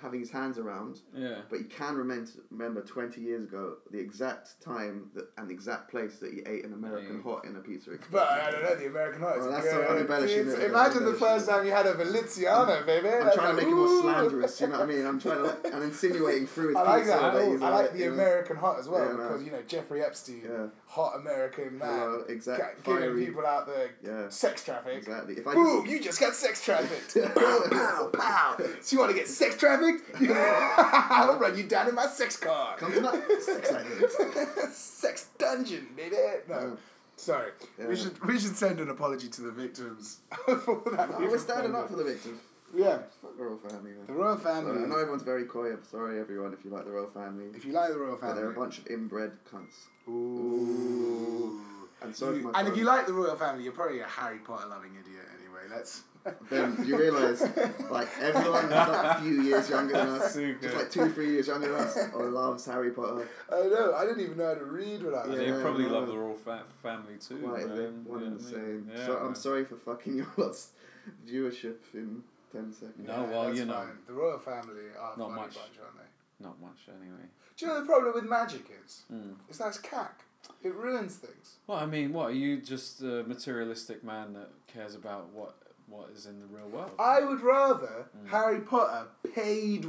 [SPEAKER 2] having his hands around,
[SPEAKER 3] Yeah.
[SPEAKER 2] but he can remember remember twenty years ago the exact time that, and the exact place that he ate an American
[SPEAKER 3] Yeah.
[SPEAKER 2] hot in a pizza.
[SPEAKER 1] But I don't know, the American Heart.
[SPEAKER 2] Well, that's the unembellishing
[SPEAKER 1] pizza.
[SPEAKER 2] bit, the
[SPEAKER 1] Imagine the
[SPEAKER 2] unembellishing
[SPEAKER 1] first
[SPEAKER 2] bit.
[SPEAKER 1] time you had a Valenciano, baby.
[SPEAKER 2] I'm
[SPEAKER 1] That's
[SPEAKER 2] trying to
[SPEAKER 1] like,
[SPEAKER 2] make it more
[SPEAKER 1] ooh.
[SPEAKER 2] slanderous. You know what I mean? I'm trying to. I'm insinuating through his
[SPEAKER 1] I like
[SPEAKER 2] pizza
[SPEAKER 1] that. I,
[SPEAKER 2] that he's
[SPEAKER 1] I like the
[SPEAKER 2] you know,
[SPEAKER 1] American hot as well
[SPEAKER 2] Yeah, I know.
[SPEAKER 1] because you know Jeffrey Epstein,
[SPEAKER 2] Yeah.
[SPEAKER 1] hot American man,
[SPEAKER 2] Hello, exact
[SPEAKER 1] ca- giving
[SPEAKER 2] fiery-
[SPEAKER 1] people out the
[SPEAKER 2] Yeah.
[SPEAKER 1] sex traffic.
[SPEAKER 2] Exactly. If I
[SPEAKER 1] Boom! You just got sex trafficked.
[SPEAKER 2] [laughs]
[SPEAKER 1] pow, pow, pow. So you want to get sex trafficked? [laughs] I'll run you down in my sex car.
[SPEAKER 2] come to my
[SPEAKER 1] [laughs]
[SPEAKER 2] sex island.
[SPEAKER 1] sex dungeon, baby. No, sorry.
[SPEAKER 2] Yeah.
[SPEAKER 1] We should we should send an apology to the victims [laughs] for that.
[SPEAKER 2] Oh, we're standing up for the victims.
[SPEAKER 1] Yeah,
[SPEAKER 2] Fuck the royal family, man.
[SPEAKER 1] the royal
[SPEAKER 2] Sorry, I
[SPEAKER 1] family.
[SPEAKER 2] know everyone's very coy. I'm sorry, everyone, if you like the royal family.
[SPEAKER 1] If you like the royal
[SPEAKER 2] But
[SPEAKER 1] family,
[SPEAKER 2] they're a bunch of inbred cunts.
[SPEAKER 1] Ooh.
[SPEAKER 2] And so
[SPEAKER 1] You-
[SPEAKER 2] for my
[SPEAKER 1] and if
[SPEAKER 2] phone.
[SPEAKER 1] you like the royal family, you're probably a Harry Potter loving idiot anyway. Let's
[SPEAKER 2] [laughs] then you realise like
[SPEAKER 3] [laughs]
[SPEAKER 2] everyone that's like a few years younger than
[SPEAKER 1] [laughs]
[SPEAKER 2] us,
[SPEAKER 3] Super.
[SPEAKER 2] just like two, three years younger than us, loves Harry Potter.
[SPEAKER 1] I know. I didn't even know how to read when I was
[SPEAKER 3] Yeah,
[SPEAKER 2] Yeah,
[SPEAKER 3] they
[SPEAKER 1] young.
[SPEAKER 3] probably
[SPEAKER 2] no.
[SPEAKER 3] love the royal fa- family too.
[SPEAKER 2] Quite a
[SPEAKER 3] man.
[SPEAKER 2] bit. What
[SPEAKER 3] Yeah,
[SPEAKER 2] an
[SPEAKER 3] I mean,
[SPEAKER 2] insane.
[SPEAKER 3] yeah,
[SPEAKER 2] so, I'm
[SPEAKER 3] man.
[SPEAKER 2] sorry for fucking [laughs] your lot's viewership in ten seconds.
[SPEAKER 3] No, well,
[SPEAKER 1] that's
[SPEAKER 3] you know.
[SPEAKER 1] fine. the royal family are
[SPEAKER 3] Not
[SPEAKER 1] funny
[SPEAKER 3] much.
[SPEAKER 1] bunch, aren't they?
[SPEAKER 3] Not much anyway.
[SPEAKER 1] Do you know the problem with magic is?
[SPEAKER 3] Mm.
[SPEAKER 1] Is that it's cack. It ruins things.
[SPEAKER 3] Well, I mean, what are you just a materialistic man that cares about what what is in the real world?
[SPEAKER 1] I would rather
[SPEAKER 3] Hmm.
[SPEAKER 1] Harry Potter paid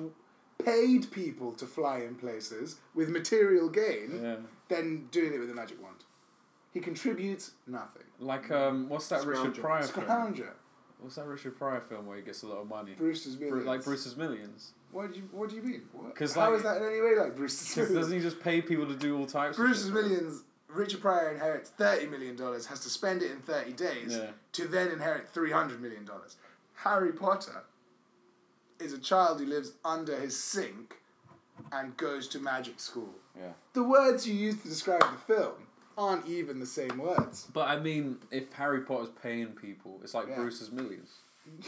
[SPEAKER 1] paid people to fly in places with material gain
[SPEAKER 3] yeah.
[SPEAKER 1] than doing it with a magic wand. He contributes nothing.
[SPEAKER 3] Like um, what's that Richard
[SPEAKER 2] Scrounger.
[SPEAKER 3] Pryor film?
[SPEAKER 1] Scrounger.
[SPEAKER 3] What's that Richard Pryor film where he gets a lot of money?
[SPEAKER 1] Brewster's
[SPEAKER 3] Bru-
[SPEAKER 1] Millions.
[SPEAKER 3] like Bruce's Millions.
[SPEAKER 1] What do you What do you mean? What?
[SPEAKER 3] 'Cause,
[SPEAKER 1] How
[SPEAKER 3] like-
[SPEAKER 1] is that in any way like
[SPEAKER 3] [laughs]
[SPEAKER 1] Brewster's
[SPEAKER 3] Because
[SPEAKER 1] Millions?
[SPEAKER 3] doesn't he just pay people to do all types? of
[SPEAKER 1] Bruce's
[SPEAKER 3] shit?
[SPEAKER 1] Millions. Richard Pryor inherits thirty million dollars, has to spend it in thirty days
[SPEAKER 3] Yeah.
[SPEAKER 1] to then inherit three hundred million dollars. Harry Potter is a child who lives under his sink and goes to magic school.
[SPEAKER 3] Yeah.
[SPEAKER 1] The words you use to describe the film aren't even the same words.
[SPEAKER 3] But I mean, if Harry Potter's paying people, it's like
[SPEAKER 1] Yeah.
[SPEAKER 3] Bruce's Millions.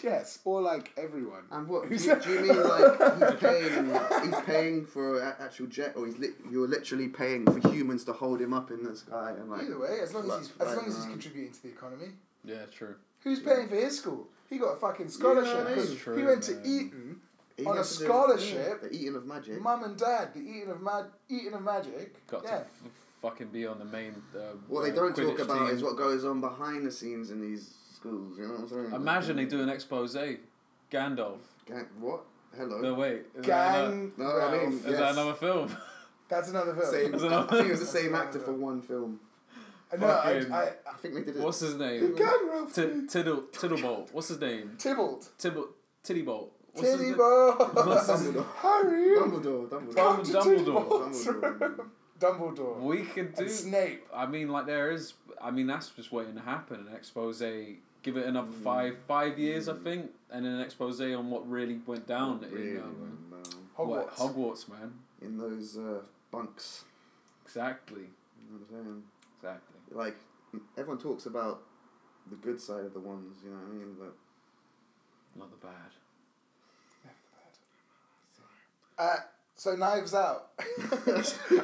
[SPEAKER 1] Yes, or like everyone.
[SPEAKER 2] And what do
[SPEAKER 1] Who's
[SPEAKER 2] you, do you mean?
[SPEAKER 1] [laughs]
[SPEAKER 2] Like he's paying, he's paying for an actual jet, or he's lit you're literally paying for humans to hold him up in the sky and like.
[SPEAKER 1] Either way, as long as he's
[SPEAKER 2] Right,
[SPEAKER 1] as long as he's
[SPEAKER 2] right.
[SPEAKER 1] contributing to the economy.
[SPEAKER 3] Yeah, true.
[SPEAKER 1] Who's paying for his school? He got a fucking scholarship.
[SPEAKER 2] Yeah, that
[SPEAKER 3] is
[SPEAKER 1] 'cause
[SPEAKER 3] true,
[SPEAKER 1] he went
[SPEAKER 3] man.
[SPEAKER 1] to Eton.
[SPEAKER 2] he
[SPEAKER 1] on a
[SPEAKER 2] has to do-
[SPEAKER 1] scholarship-
[SPEAKER 2] yeah, the eating of magic.
[SPEAKER 1] Mum and Dad, the Eton of Mag, Eton of Magic.
[SPEAKER 3] Got to
[SPEAKER 1] yeah.
[SPEAKER 3] f- fucking be on the main. Uh,
[SPEAKER 2] What they
[SPEAKER 3] uh,
[SPEAKER 2] don't talk
[SPEAKER 3] Quidditch
[SPEAKER 2] about
[SPEAKER 3] team.
[SPEAKER 2] is what goes on behind the scenes in these schools. You know what I'm saying?
[SPEAKER 3] Imagine they
[SPEAKER 2] Like,
[SPEAKER 3] do an expose. Gandalf.
[SPEAKER 2] Gang, what? Hello.
[SPEAKER 3] No wait. Is that ano-
[SPEAKER 1] Gang.
[SPEAKER 2] No, I mean-
[SPEAKER 1] Ralph.
[SPEAKER 3] Is
[SPEAKER 2] Yes.
[SPEAKER 3] that another film?
[SPEAKER 1] That's another film. [laughs]
[SPEAKER 3] [laughs]
[SPEAKER 2] Same.
[SPEAKER 3] That's
[SPEAKER 2] I
[SPEAKER 3] another-
[SPEAKER 2] think it was the
[SPEAKER 1] that's
[SPEAKER 2] same
[SPEAKER 1] another
[SPEAKER 2] actor for
[SPEAKER 1] film.
[SPEAKER 2] one film.
[SPEAKER 1] No, I,
[SPEAKER 3] Fucking-
[SPEAKER 1] I,
[SPEAKER 2] I think they did it.
[SPEAKER 3] What's his
[SPEAKER 1] I,
[SPEAKER 3] name?
[SPEAKER 1] God, Ralph.
[SPEAKER 3] Tid- Tiddle Tiddlebolt. What's his name?
[SPEAKER 1] Tybalt.
[SPEAKER 3] Tibble Tiddybolt. What's his
[SPEAKER 1] Teddy
[SPEAKER 3] name?
[SPEAKER 1] Bear.
[SPEAKER 3] What's his-
[SPEAKER 2] Dumbledore.
[SPEAKER 1] Harry.
[SPEAKER 2] Dumbledore.
[SPEAKER 1] Come
[SPEAKER 2] Dumbledore.
[SPEAKER 1] to
[SPEAKER 3] Dumbledore.
[SPEAKER 1] Tybalt's
[SPEAKER 2] Dumbledore.
[SPEAKER 1] room. [laughs] Dumbledore.
[SPEAKER 3] We could do.
[SPEAKER 1] And Snape.
[SPEAKER 3] I mean, like there is. I mean, that's just waiting to happen. An expose. Give it
[SPEAKER 2] Mm.
[SPEAKER 3] another five five years, I think, and then an expose on what really went down
[SPEAKER 2] Really
[SPEAKER 3] in um,
[SPEAKER 2] went down.
[SPEAKER 1] Hogwarts.
[SPEAKER 3] What, Hogwarts, man.
[SPEAKER 2] In those uh, bunks.
[SPEAKER 3] Exactly.
[SPEAKER 2] You know what I'm saying?
[SPEAKER 3] Exactly.
[SPEAKER 2] like everyone talks about the good side of the ones, you know what I mean? But
[SPEAKER 3] Not the bad.
[SPEAKER 1] Uh, so Knives Out. [laughs]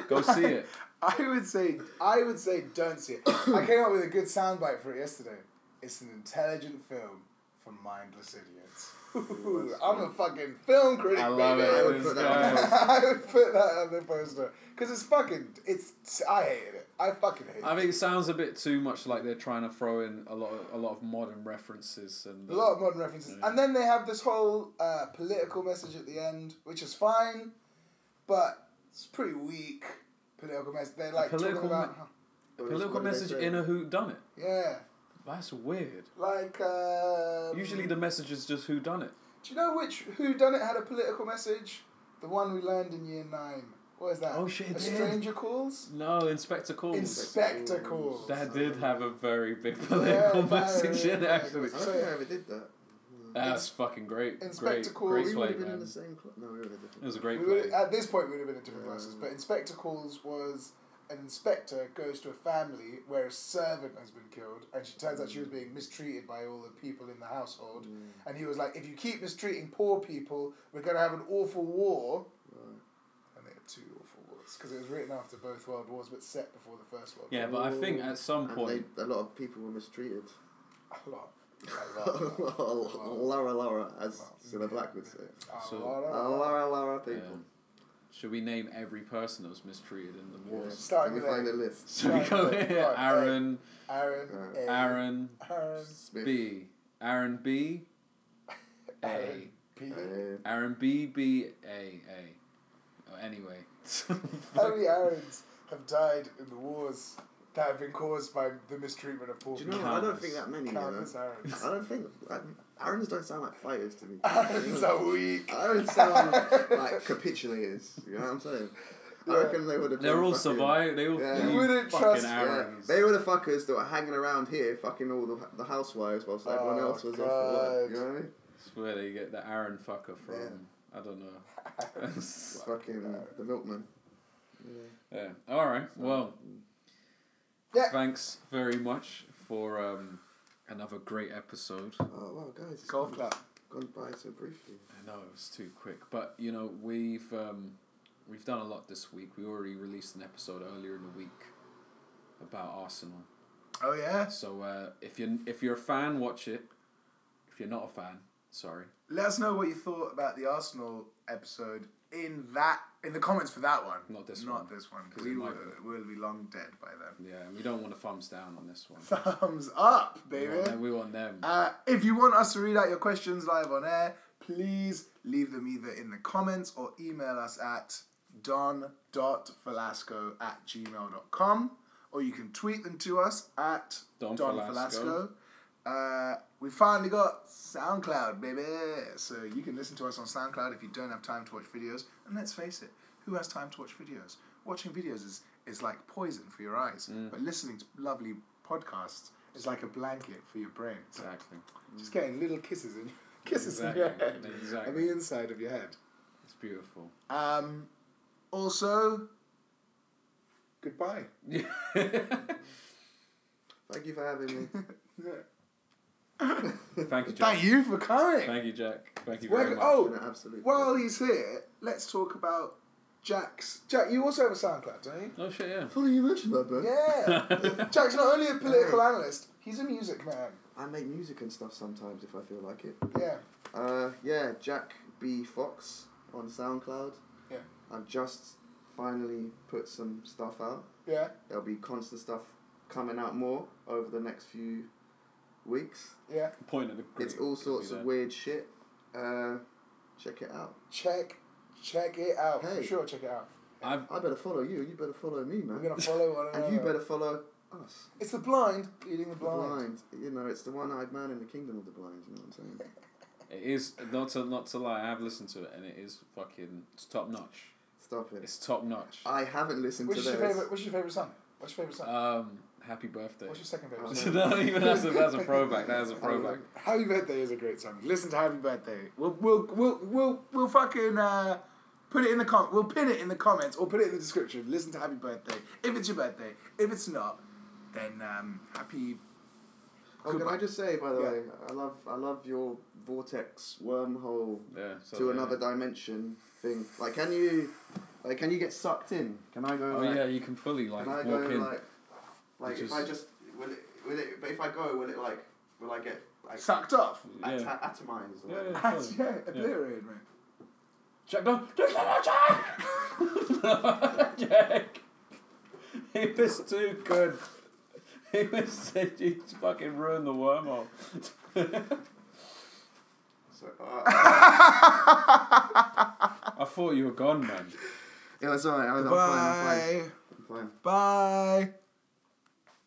[SPEAKER 3] Go
[SPEAKER 2] [laughs]
[SPEAKER 3] see it.
[SPEAKER 1] I would say I would say don't see it. I came up with a good soundbite for it yesterday. It's an intelligent film for mindless idiots. Ooh, I'm a fucking film critic.
[SPEAKER 3] I love
[SPEAKER 1] baby.
[SPEAKER 2] I
[SPEAKER 3] it.
[SPEAKER 2] would
[SPEAKER 3] This
[SPEAKER 2] put
[SPEAKER 3] guy.
[SPEAKER 2] that on.
[SPEAKER 1] [laughs] I would put that on the poster because it's fucking. It's I hated it. I fucking hated
[SPEAKER 3] I
[SPEAKER 1] it.
[SPEAKER 3] think it sounds a bit too much like they're trying to throw in a lot of, a lot of modern references and
[SPEAKER 1] A lot of modern references, and then they have this whole uh, political message at the end, which is fine, but it's pretty weak political message. They like
[SPEAKER 3] political
[SPEAKER 1] talking about,
[SPEAKER 3] uh, political
[SPEAKER 2] What did they
[SPEAKER 3] message
[SPEAKER 2] say?
[SPEAKER 3] in a who done it.
[SPEAKER 1] yeah,
[SPEAKER 3] That's weird.
[SPEAKER 1] like um,
[SPEAKER 3] Usually the message is just who done it.
[SPEAKER 1] Do you know which Who Done It had a political message? The one we learned in year nine. What is that?
[SPEAKER 3] Oh, shit, it
[SPEAKER 1] A
[SPEAKER 3] did.
[SPEAKER 1] Stranger Calls.
[SPEAKER 3] No, Inspector Calls.
[SPEAKER 1] Inspector Calls.
[SPEAKER 3] that did have a very big political
[SPEAKER 1] Yeah,
[SPEAKER 3] message
[SPEAKER 1] yeah,
[SPEAKER 3] in it,
[SPEAKER 1] yeah.
[SPEAKER 2] I
[SPEAKER 3] actually.
[SPEAKER 2] don't think I ever did that.
[SPEAKER 3] That's fucking great.
[SPEAKER 1] Inspector
[SPEAKER 3] great,
[SPEAKER 1] Calls.
[SPEAKER 3] great
[SPEAKER 2] We would
[SPEAKER 3] play,
[SPEAKER 2] have been in the
[SPEAKER 3] man.
[SPEAKER 2] same club. No, we were in a
[SPEAKER 3] It
[SPEAKER 2] different.
[SPEAKER 3] was a great
[SPEAKER 1] We
[SPEAKER 3] play. Uh,
[SPEAKER 1] would, at this point, we would have been at different classes. But Inspector Calls was an inspector goes to a family where a servant has been killed, and she turns out she was
[SPEAKER 3] Mm.
[SPEAKER 1] being mistreated by all the people in the household. And he was like, "If you keep mistreating poor people, we're gonna have an awful war." And they had two awful wars because it was written after both world wars, but set before the first world.
[SPEAKER 3] Yeah, but I think at some
[SPEAKER 2] And
[SPEAKER 3] point,
[SPEAKER 2] they, a lot of people were mistreated. [laughs]
[SPEAKER 1] War. [laughs] A lot. A lot.
[SPEAKER 2] Lara Lara, as Cilla Black would say.
[SPEAKER 3] [laughs] So-
[SPEAKER 2] Lara Lara people.
[SPEAKER 3] um, should we name every person that was mistreated in the
[SPEAKER 2] Yeah.
[SPEAKER 3] wars?
[SPEAKER 1] Starting
[SPEAKER 2] Can we
[SPEAKER 1] with
[SPEAKER 2] find
[SPEAKER 1] A.
[SPEAKER 2] a list?
[SPEAKER 3] [laughs] So we go
[SPEAKER 1] Right,
[SPEAKER 3] here:
[SPEAKER 1] right,
[SPEAKER 3] Aaron,
[SPEAKER 1] Aaron,
[SPEAKER 2] Uh,
[SPEAKER 1] A,
[SPEAKER 3] Aaron,
[SPEAKER 1] Aaron,
[SPEAKER 2] Smith.
[SPEAKER 3] B, Aaron B, A,
[SPEAKER 1] Aaron, P.
[SPEAKER 2] Uh,
[SPEAKER 3] Aaron B, B, A, A. Oh, anyway, [laughs] Uh,
[SPEAKER 1] How many Aarons have died in the wars that have been caused by the mistreatment of poor
[SPEAKER 2] do you
[SPEAKER 1] people?
[SPEAKER 2] know? I don't think that many. You know?
[SPEAKER 1] Countless Aarons.
[SPEAKER 2] I don't think. Like, Aaron's don't sound like fighters
[SPEAKER 1] [laughs]
[SPEAKER 2] to me.
[SPEAKER 1] Aarons are weak.
[SPEAKER 2] I don't sound like capitulators. You know what I'm saying? I reckon they would have.
[SPEAKER 3] they're
[SPEAKER 2] been
[SPEAKER 3] all
[SPEAKER 2] fucking-
[SPEAKER 3] survive. They all
[SPEAKER 2] Yeah.
[SPEAKER 3] few
[SPEAKER 2] You
[SPEAKER 1] wouldn't
[SPEAKER 3] fucking
[SPEAKER 1] trust-
[SPEAKER 2] Yeah,
[SPEAKER 3] Aarons.
[SPEAKER 2] they were the fuckers that were hanging around here, fucking all the, the housewives, whilst everyone
[SPEAKER 1] Oh,
[SPEAKER 2] else was off for work. You
[SPEAKER 1] God.
[SPEAKER 2] know what I mean?
[SPEAKER 3] That's where they get the Aaron fucker from. I don't know.
[SPEAKER 2] [laughs]
[SPEAKER 3] [laughs]
[SPEAKER 2] Fucking the milkman.
[SPEAKER 3] yeah. All right. Well,
[SPEAKER 1] Yeah.
[SPEAKER 3] thanks very much for um, Another great episode.
[SPEAKER 2] Oh wow, guys, it's
[SPEAKER 1] Golf
[SPEAKER 2] gone-
[SPEAKER 1] clap.
[SPEAKER 2] Gone by so briefly.
[SPEAKER 3] I know it was too quick, but you know we've um, we've done a lot this week. We already released an episode earlier in the week about Arsenal.
[SPEAKER 1] Oh yeah.
[SPEAKER 3] So uh, if you if you're a fan, watch it. If you're not a fan, sorry.
[SPEAKER 1] Let us know what you thought about the Arsenal episode in that in the comments for that one.
[SPEAKER 3] Not this
[SPEAKER 1] Not
[SPEAKER 3] one.
[SPEAKER 1] this one.
[SPEAKER 3] 'Cause
[SPEAKER 1] we
[SPEAKER 3] it
[SPEAKER 1] will,
[SPEAKER 3] might be.
[SPEAKER 1] will be long dead by then.
[SPEAKER 3] Yeah, and we don't want to thumbs down on this one.
[SPEAKER 1] Thumbs up,
[SPEAKER 3] We
[SPEAKER 1] baby.
[SPEAKER 3] want them- We want them.
[SPEAKER 1] Uh, if you want us to read out your questions live on air, please leave them either in the comments or email us at don.falasco at gmail.com or you can tweet them to us at
[SPEAKER 3] Don
[SPEAKER 1] don, Falasco.
[SPEAKER 3] Falasco.
[SPEAKER 1] Uh, we finally got SoundCloud, baby. So you can listen to us on SoundCloud if you don't have time to watch videos. And let's face it, who has time to watch videos? Watching videos is, is like poison for your eyes, but listening to lovely podcasts is like a blanket for your brain. It's like
[SPEAKER 3] Exactly.
[SPEAKER 1] just getting little kisses in [laughs] kisses in
[SPEAKER 3] Exactly,
[SPEAKER 1] your head,
[SPEAKER 3] exactly.
[SPEAKER 1] on the inside of your head.
[SPEAKER 3] It's beautiful. [laughs]
[SPEAKER 1] Um, also, goodbye.
[SPEAKER 2] Thank you for having
[SPEAKER 1] [laughs]
[SPEAKER 2] me.
[SPEAKER 3] Thank you, Jack.
[SPEAKER 1] Thank you for coming.
[SPEAKER 3] Thank you, Jack. Thank you
[SPEAKER 1] Where-
[SPEAKER 3] very much.
[SPEAKER 1] oh,
[SPEAKER 2] An absolute
[SPEAKER 1] While he's here, let's talk about Jack's. Jack, you also have a SoundCloud, don't
[SPEAKER 3] [laughs]
[SPEAKER 1] you?
[SPEAKER 3] Oh shit! Yeah.
[SPEAKER 2] Funny you mentioned that, bro.
[SPEAKER 3] [laughs]
[SPEAKER 1] Yeah. Jack's not only a political analyst, he's a music man.
[SPEAKER 2] I make music and stuff sometimes if I feel like it.
[SPEAKER 1] Yeah.
[SPEAKER 2] Uh, yeah, Jack B Fox on SoundCloud.
[SPEAKER 1] Yeah.
[SPEAKER 2] I've just finally put some stuff out.
[SPEAKER 1] Yeah.
[SPEAKER 2] There'll be constant stuff coming out more over the next few weeks.
[SPEAKER 1] Yeah.
[SPEAKER 3] Point of the.
[SPEAKER 2] It's all sorts of
[SPEAKER 3] weird.
[SPEAKER 2] weird shit. Uh, check it out.
[SPEAKER 1] Check, check it out.
[SPEAKER 2] Hey.
[SPEAKER 1] For sure, check it out.
[SPEAKER 3] I've
[SPEAKER 2] I better follow you. You better follow me,
[SPEAKER 1] We're
[SPEAKER 2] man.
[SPEAKER 3] [laughs]
[SPEAKER 1] gonna follow one another.
[SPEAKER 2] And you better follow us.
[SPEAKER 1] It's the blind leading the
[SPEAKER 2] The
[SPEAKER 1] blind.
[SPEAKER 2] blind. You know, it's the one-eyed man in the kingdom of the blind. You know what I'm
[SPEAKER 1] [laughs]
[SPEAKER 2] saying?
[SPEAKER 3] It is not to not to lie. I have listened to it, and it is fucking top notch.
[SPEAKER 2] Stop it.
[SPEAKER 3] It's top notch.
[SPEAKER 2] I haven't listened
[SPEAKER 1] Which
[SPEAKER 2] to
[SPEAKER 1] is your
[SPEAKER 2] theirs.
[SPEAKER 1] favorite? What's your favorite song? What's your favorite song?
[SPEAKER 3] Um, happy birthday.
[SPEAKER 1] What's your second favorite
[SPEAKER 2] Uh,
[SPEAKER 1] song?
[SPEAKER 3] [laughs] no, even that's a that's a throwback. That is a
[SPEAKER 2] I [laughs]
[SPEAKER 3] throwback.
[SPEAKER 2] like-
[SPEAKER 1] Happy Birthday is a great song. Listen to Happy Birthday. We'll we'll we'll we'll, we'll fucking uh, put it in the com. We'll pin it in the comments or put it in the description. Listen to Happy Birthday if it's your birthday. If it's not, then um, happy.
[SPEAKER 2] Oh, can I just say, by the
[SPEAKER 1] Yeah.
[SPEAKER 2] way, I love I love your vortex wormhole
[SPEAKER 3] Yeah. So
[SPEAKER 2] to
[SPEAKER 3] yeah.
[SPEAKER 2] another dimension thing. Like, can you, like, can you get sucked in? Can I go?
[SPEAKER 3] Oh
[SPEAKER 2] like,
[SPEAKER 3] yeah, you can fully like
[SPEAKER 2] Can I
[SPEAKER 3] walk
[SPEAKER 2] go
[SPEAKER 3] in.
[SPEAKER 2] like, like
[SPEAKER 3] Which
[SPEAKER 2] if
[SPEAKER 3] is-
[SPEAKER 2] I just will it will it? But if I go, will it like will I get like
[SPEAKER 1] Sucked off.
[SPEAKER 3] yeah.
[SPEAKER 2] ata- atomized? Or
[SPEAKER 3] Yeah,
[SPEAKER 2] whatever?
[SPEAKER 3] yeah.
[SPEAKER 1] [laughs] yeah, obliterated, man.
[SPEAKER 3] Jack, no, Jack, no, no, Jack! [laughs] Jack, it was too good. It was [laughs] you fucking ruined the wormhole.
[SPEAKER 2] So, uh, [laughs]
[SPEAKER 3] I thought you were gone, man.
[SPEAKER 2] yeah, that's alright. I'm, I'm fine. I'm fine. I'm
[SPEAKER 1] Bye.
[SPEAKER 2] fine.
[SPEAKER 1] Bye.